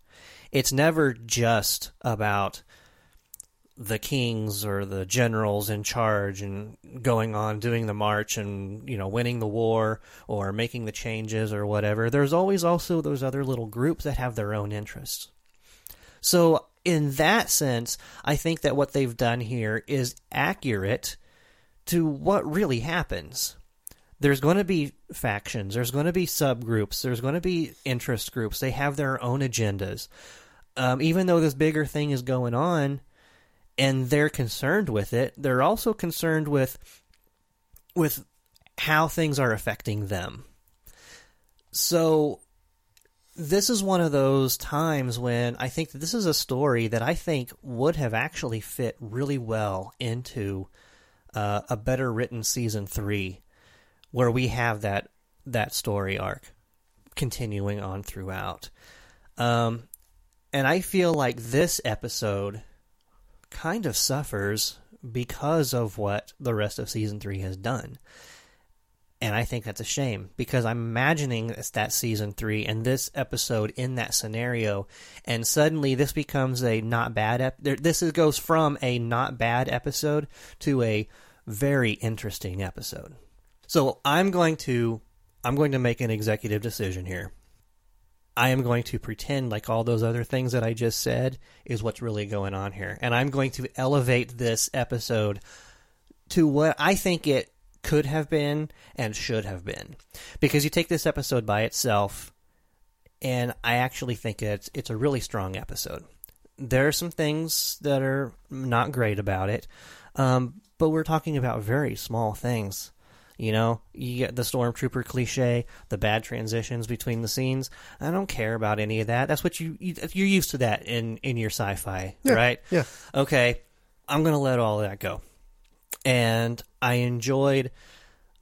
B: It's never just about the kings or the generals in charge and going on doing the march and you know winning the war or making the changes or whatever. There's always also those other little groups that have their own interests. So in that sense, I think that what they've done here is accurate to what really happens there's going to be factions, there's going to be subgroups, there's going to be interest groups. They have their own agendas. Um, even though this bigger thing is going on and they're concerned with it, they're also concerned with with how things are affecting them. So this is one of those times when I think that this is a story that I think would have actually fit really well into uh, a better written season three where we have that that story arc continuing on throughout. Um, and I feel like this episode kind of suffers because of what the rest of season three has done. And I think that's a shame because I'm imagining it's that season three and this episode in that scenario, and suddenly this becomes a not bad. Ep- there- this is, goes from a not bad episode to a very interesting episode. So I'm going to I'm going to make an executive decision here. I am going to pretend like all those other things that I just said is what's really going on here. And I'm going to elevate this episode to what I think it could have been and should have been. Because you take this episode by itself, and I actually think it's it's a really strong episode. There are some things that are not great about it, um, but we're talking about very small things. You know, you get the stormtrooper cliche, the bad transitions between the scenes. I don't care about any of that. That's what you, you you're used to that in in your sci-fi, right?
D: yeah.
B: Okay, I'm gonna let all that go and I enjoyed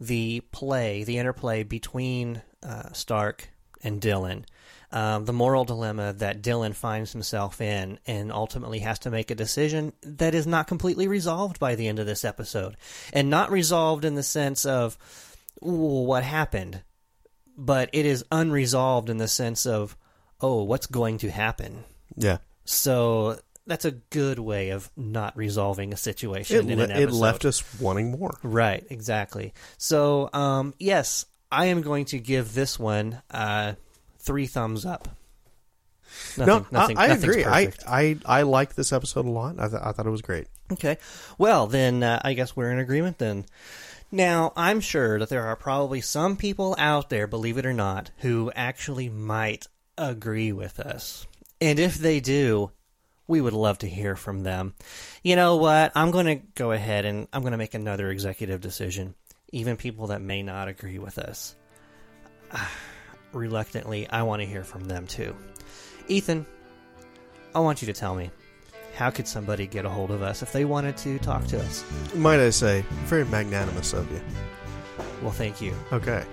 B: the play, the interplay between uh, Stark and Dylan, um, the moral dilemma that Dylan finds himself in, and ultimately has to make a decision that is not completely resolved by the end of this episode, and not resolved in the sense of "Ooh, what happened, but it is unresolved in the sense of oh, what's going to happen.
D: Yeah.
B: So. That's a good way of not resolving a situation.
D: It,
B: in an
D: le- it
B: episode.
D: left us wanting more.
B: Right, exactly. So, um, yes, I am going to give this one uh, three thumbs up. Nothing-
D: no,
B: nothing-
D: I, I
B: nothing's
D: agree. I,
B: perfect.
D: I I liked this episode a lot. I, th- I thought it was great.
B: Okay. Well, then uh, I guess we're in agreement then. Now, I'm sure that there are probably some people out there, believe it or not, who actually might agree with us. And if they do, we would love to hear from them. You know what? I'm going to go ahead and I'm going to make another executive decision. Even people that may not agree with us. Reluctantly, I want to hear from them too. Ethan, I want you to tell me how could somebody get a hold of us if they wanted to talk to us?
D: Might I say, very magnanimous of you.
B: Well, thank you.
D: Okay.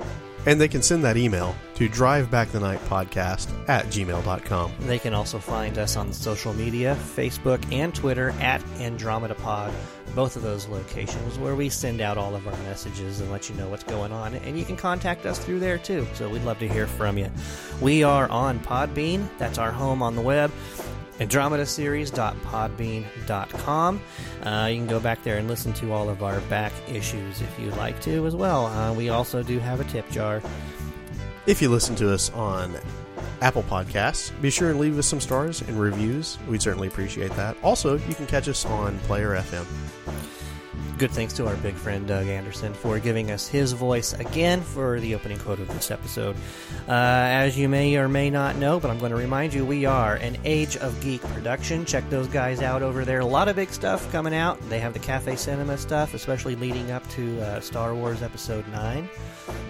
D: And they can send that email to drivebackthenightpodcast at gmail.com.
B: They can also find us on social media Facebook and Twitter at Andromeda Pod, both of those locations where we send out all of our messages and let you know what's going on. And you can contact us through there too. So we'd love to hear from you. We are on Podbean, that's our home on the web. AndromedaSeries.podbean.com. Uh, you can go back there and listen to all of our back issues if you'd like to as well. Uh, we also do have a tip jar.
D: If you listen to us on Apple Podcasts, be sure and leave us some stars and reviews. We'd certainly appreciate that. Also, you can catch us on Player FM.
B: Good thanks to our big friend Doug Anderson for giving us his voice again for the opening quote of this episode. Uh, as you may or may not know, but I'm going to remind you, we are an Age of Geek production. Check those guys out over there. A lot of big stuff coming out. They have the Cafe Cinema stuff, especially leading up to uh, Star Wars Episode 9.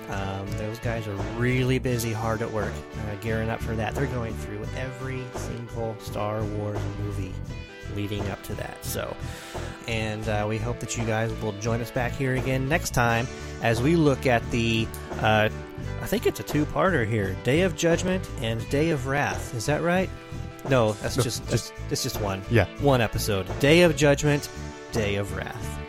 B: Um, those guys are really busy, hard at work, uh, gearing up for that. They're going through every single Star Wars movie leading up to that. So, and uh, we hope that you guys will join us back here again next time as we look at the, uh, I think it's a two-parter here: Day of Judgment and Day of Wrath. Is that right? No, that's just, that's, that's just one.
D: Yeah.
B: one episode: Day of Judgment, Day of Wrath.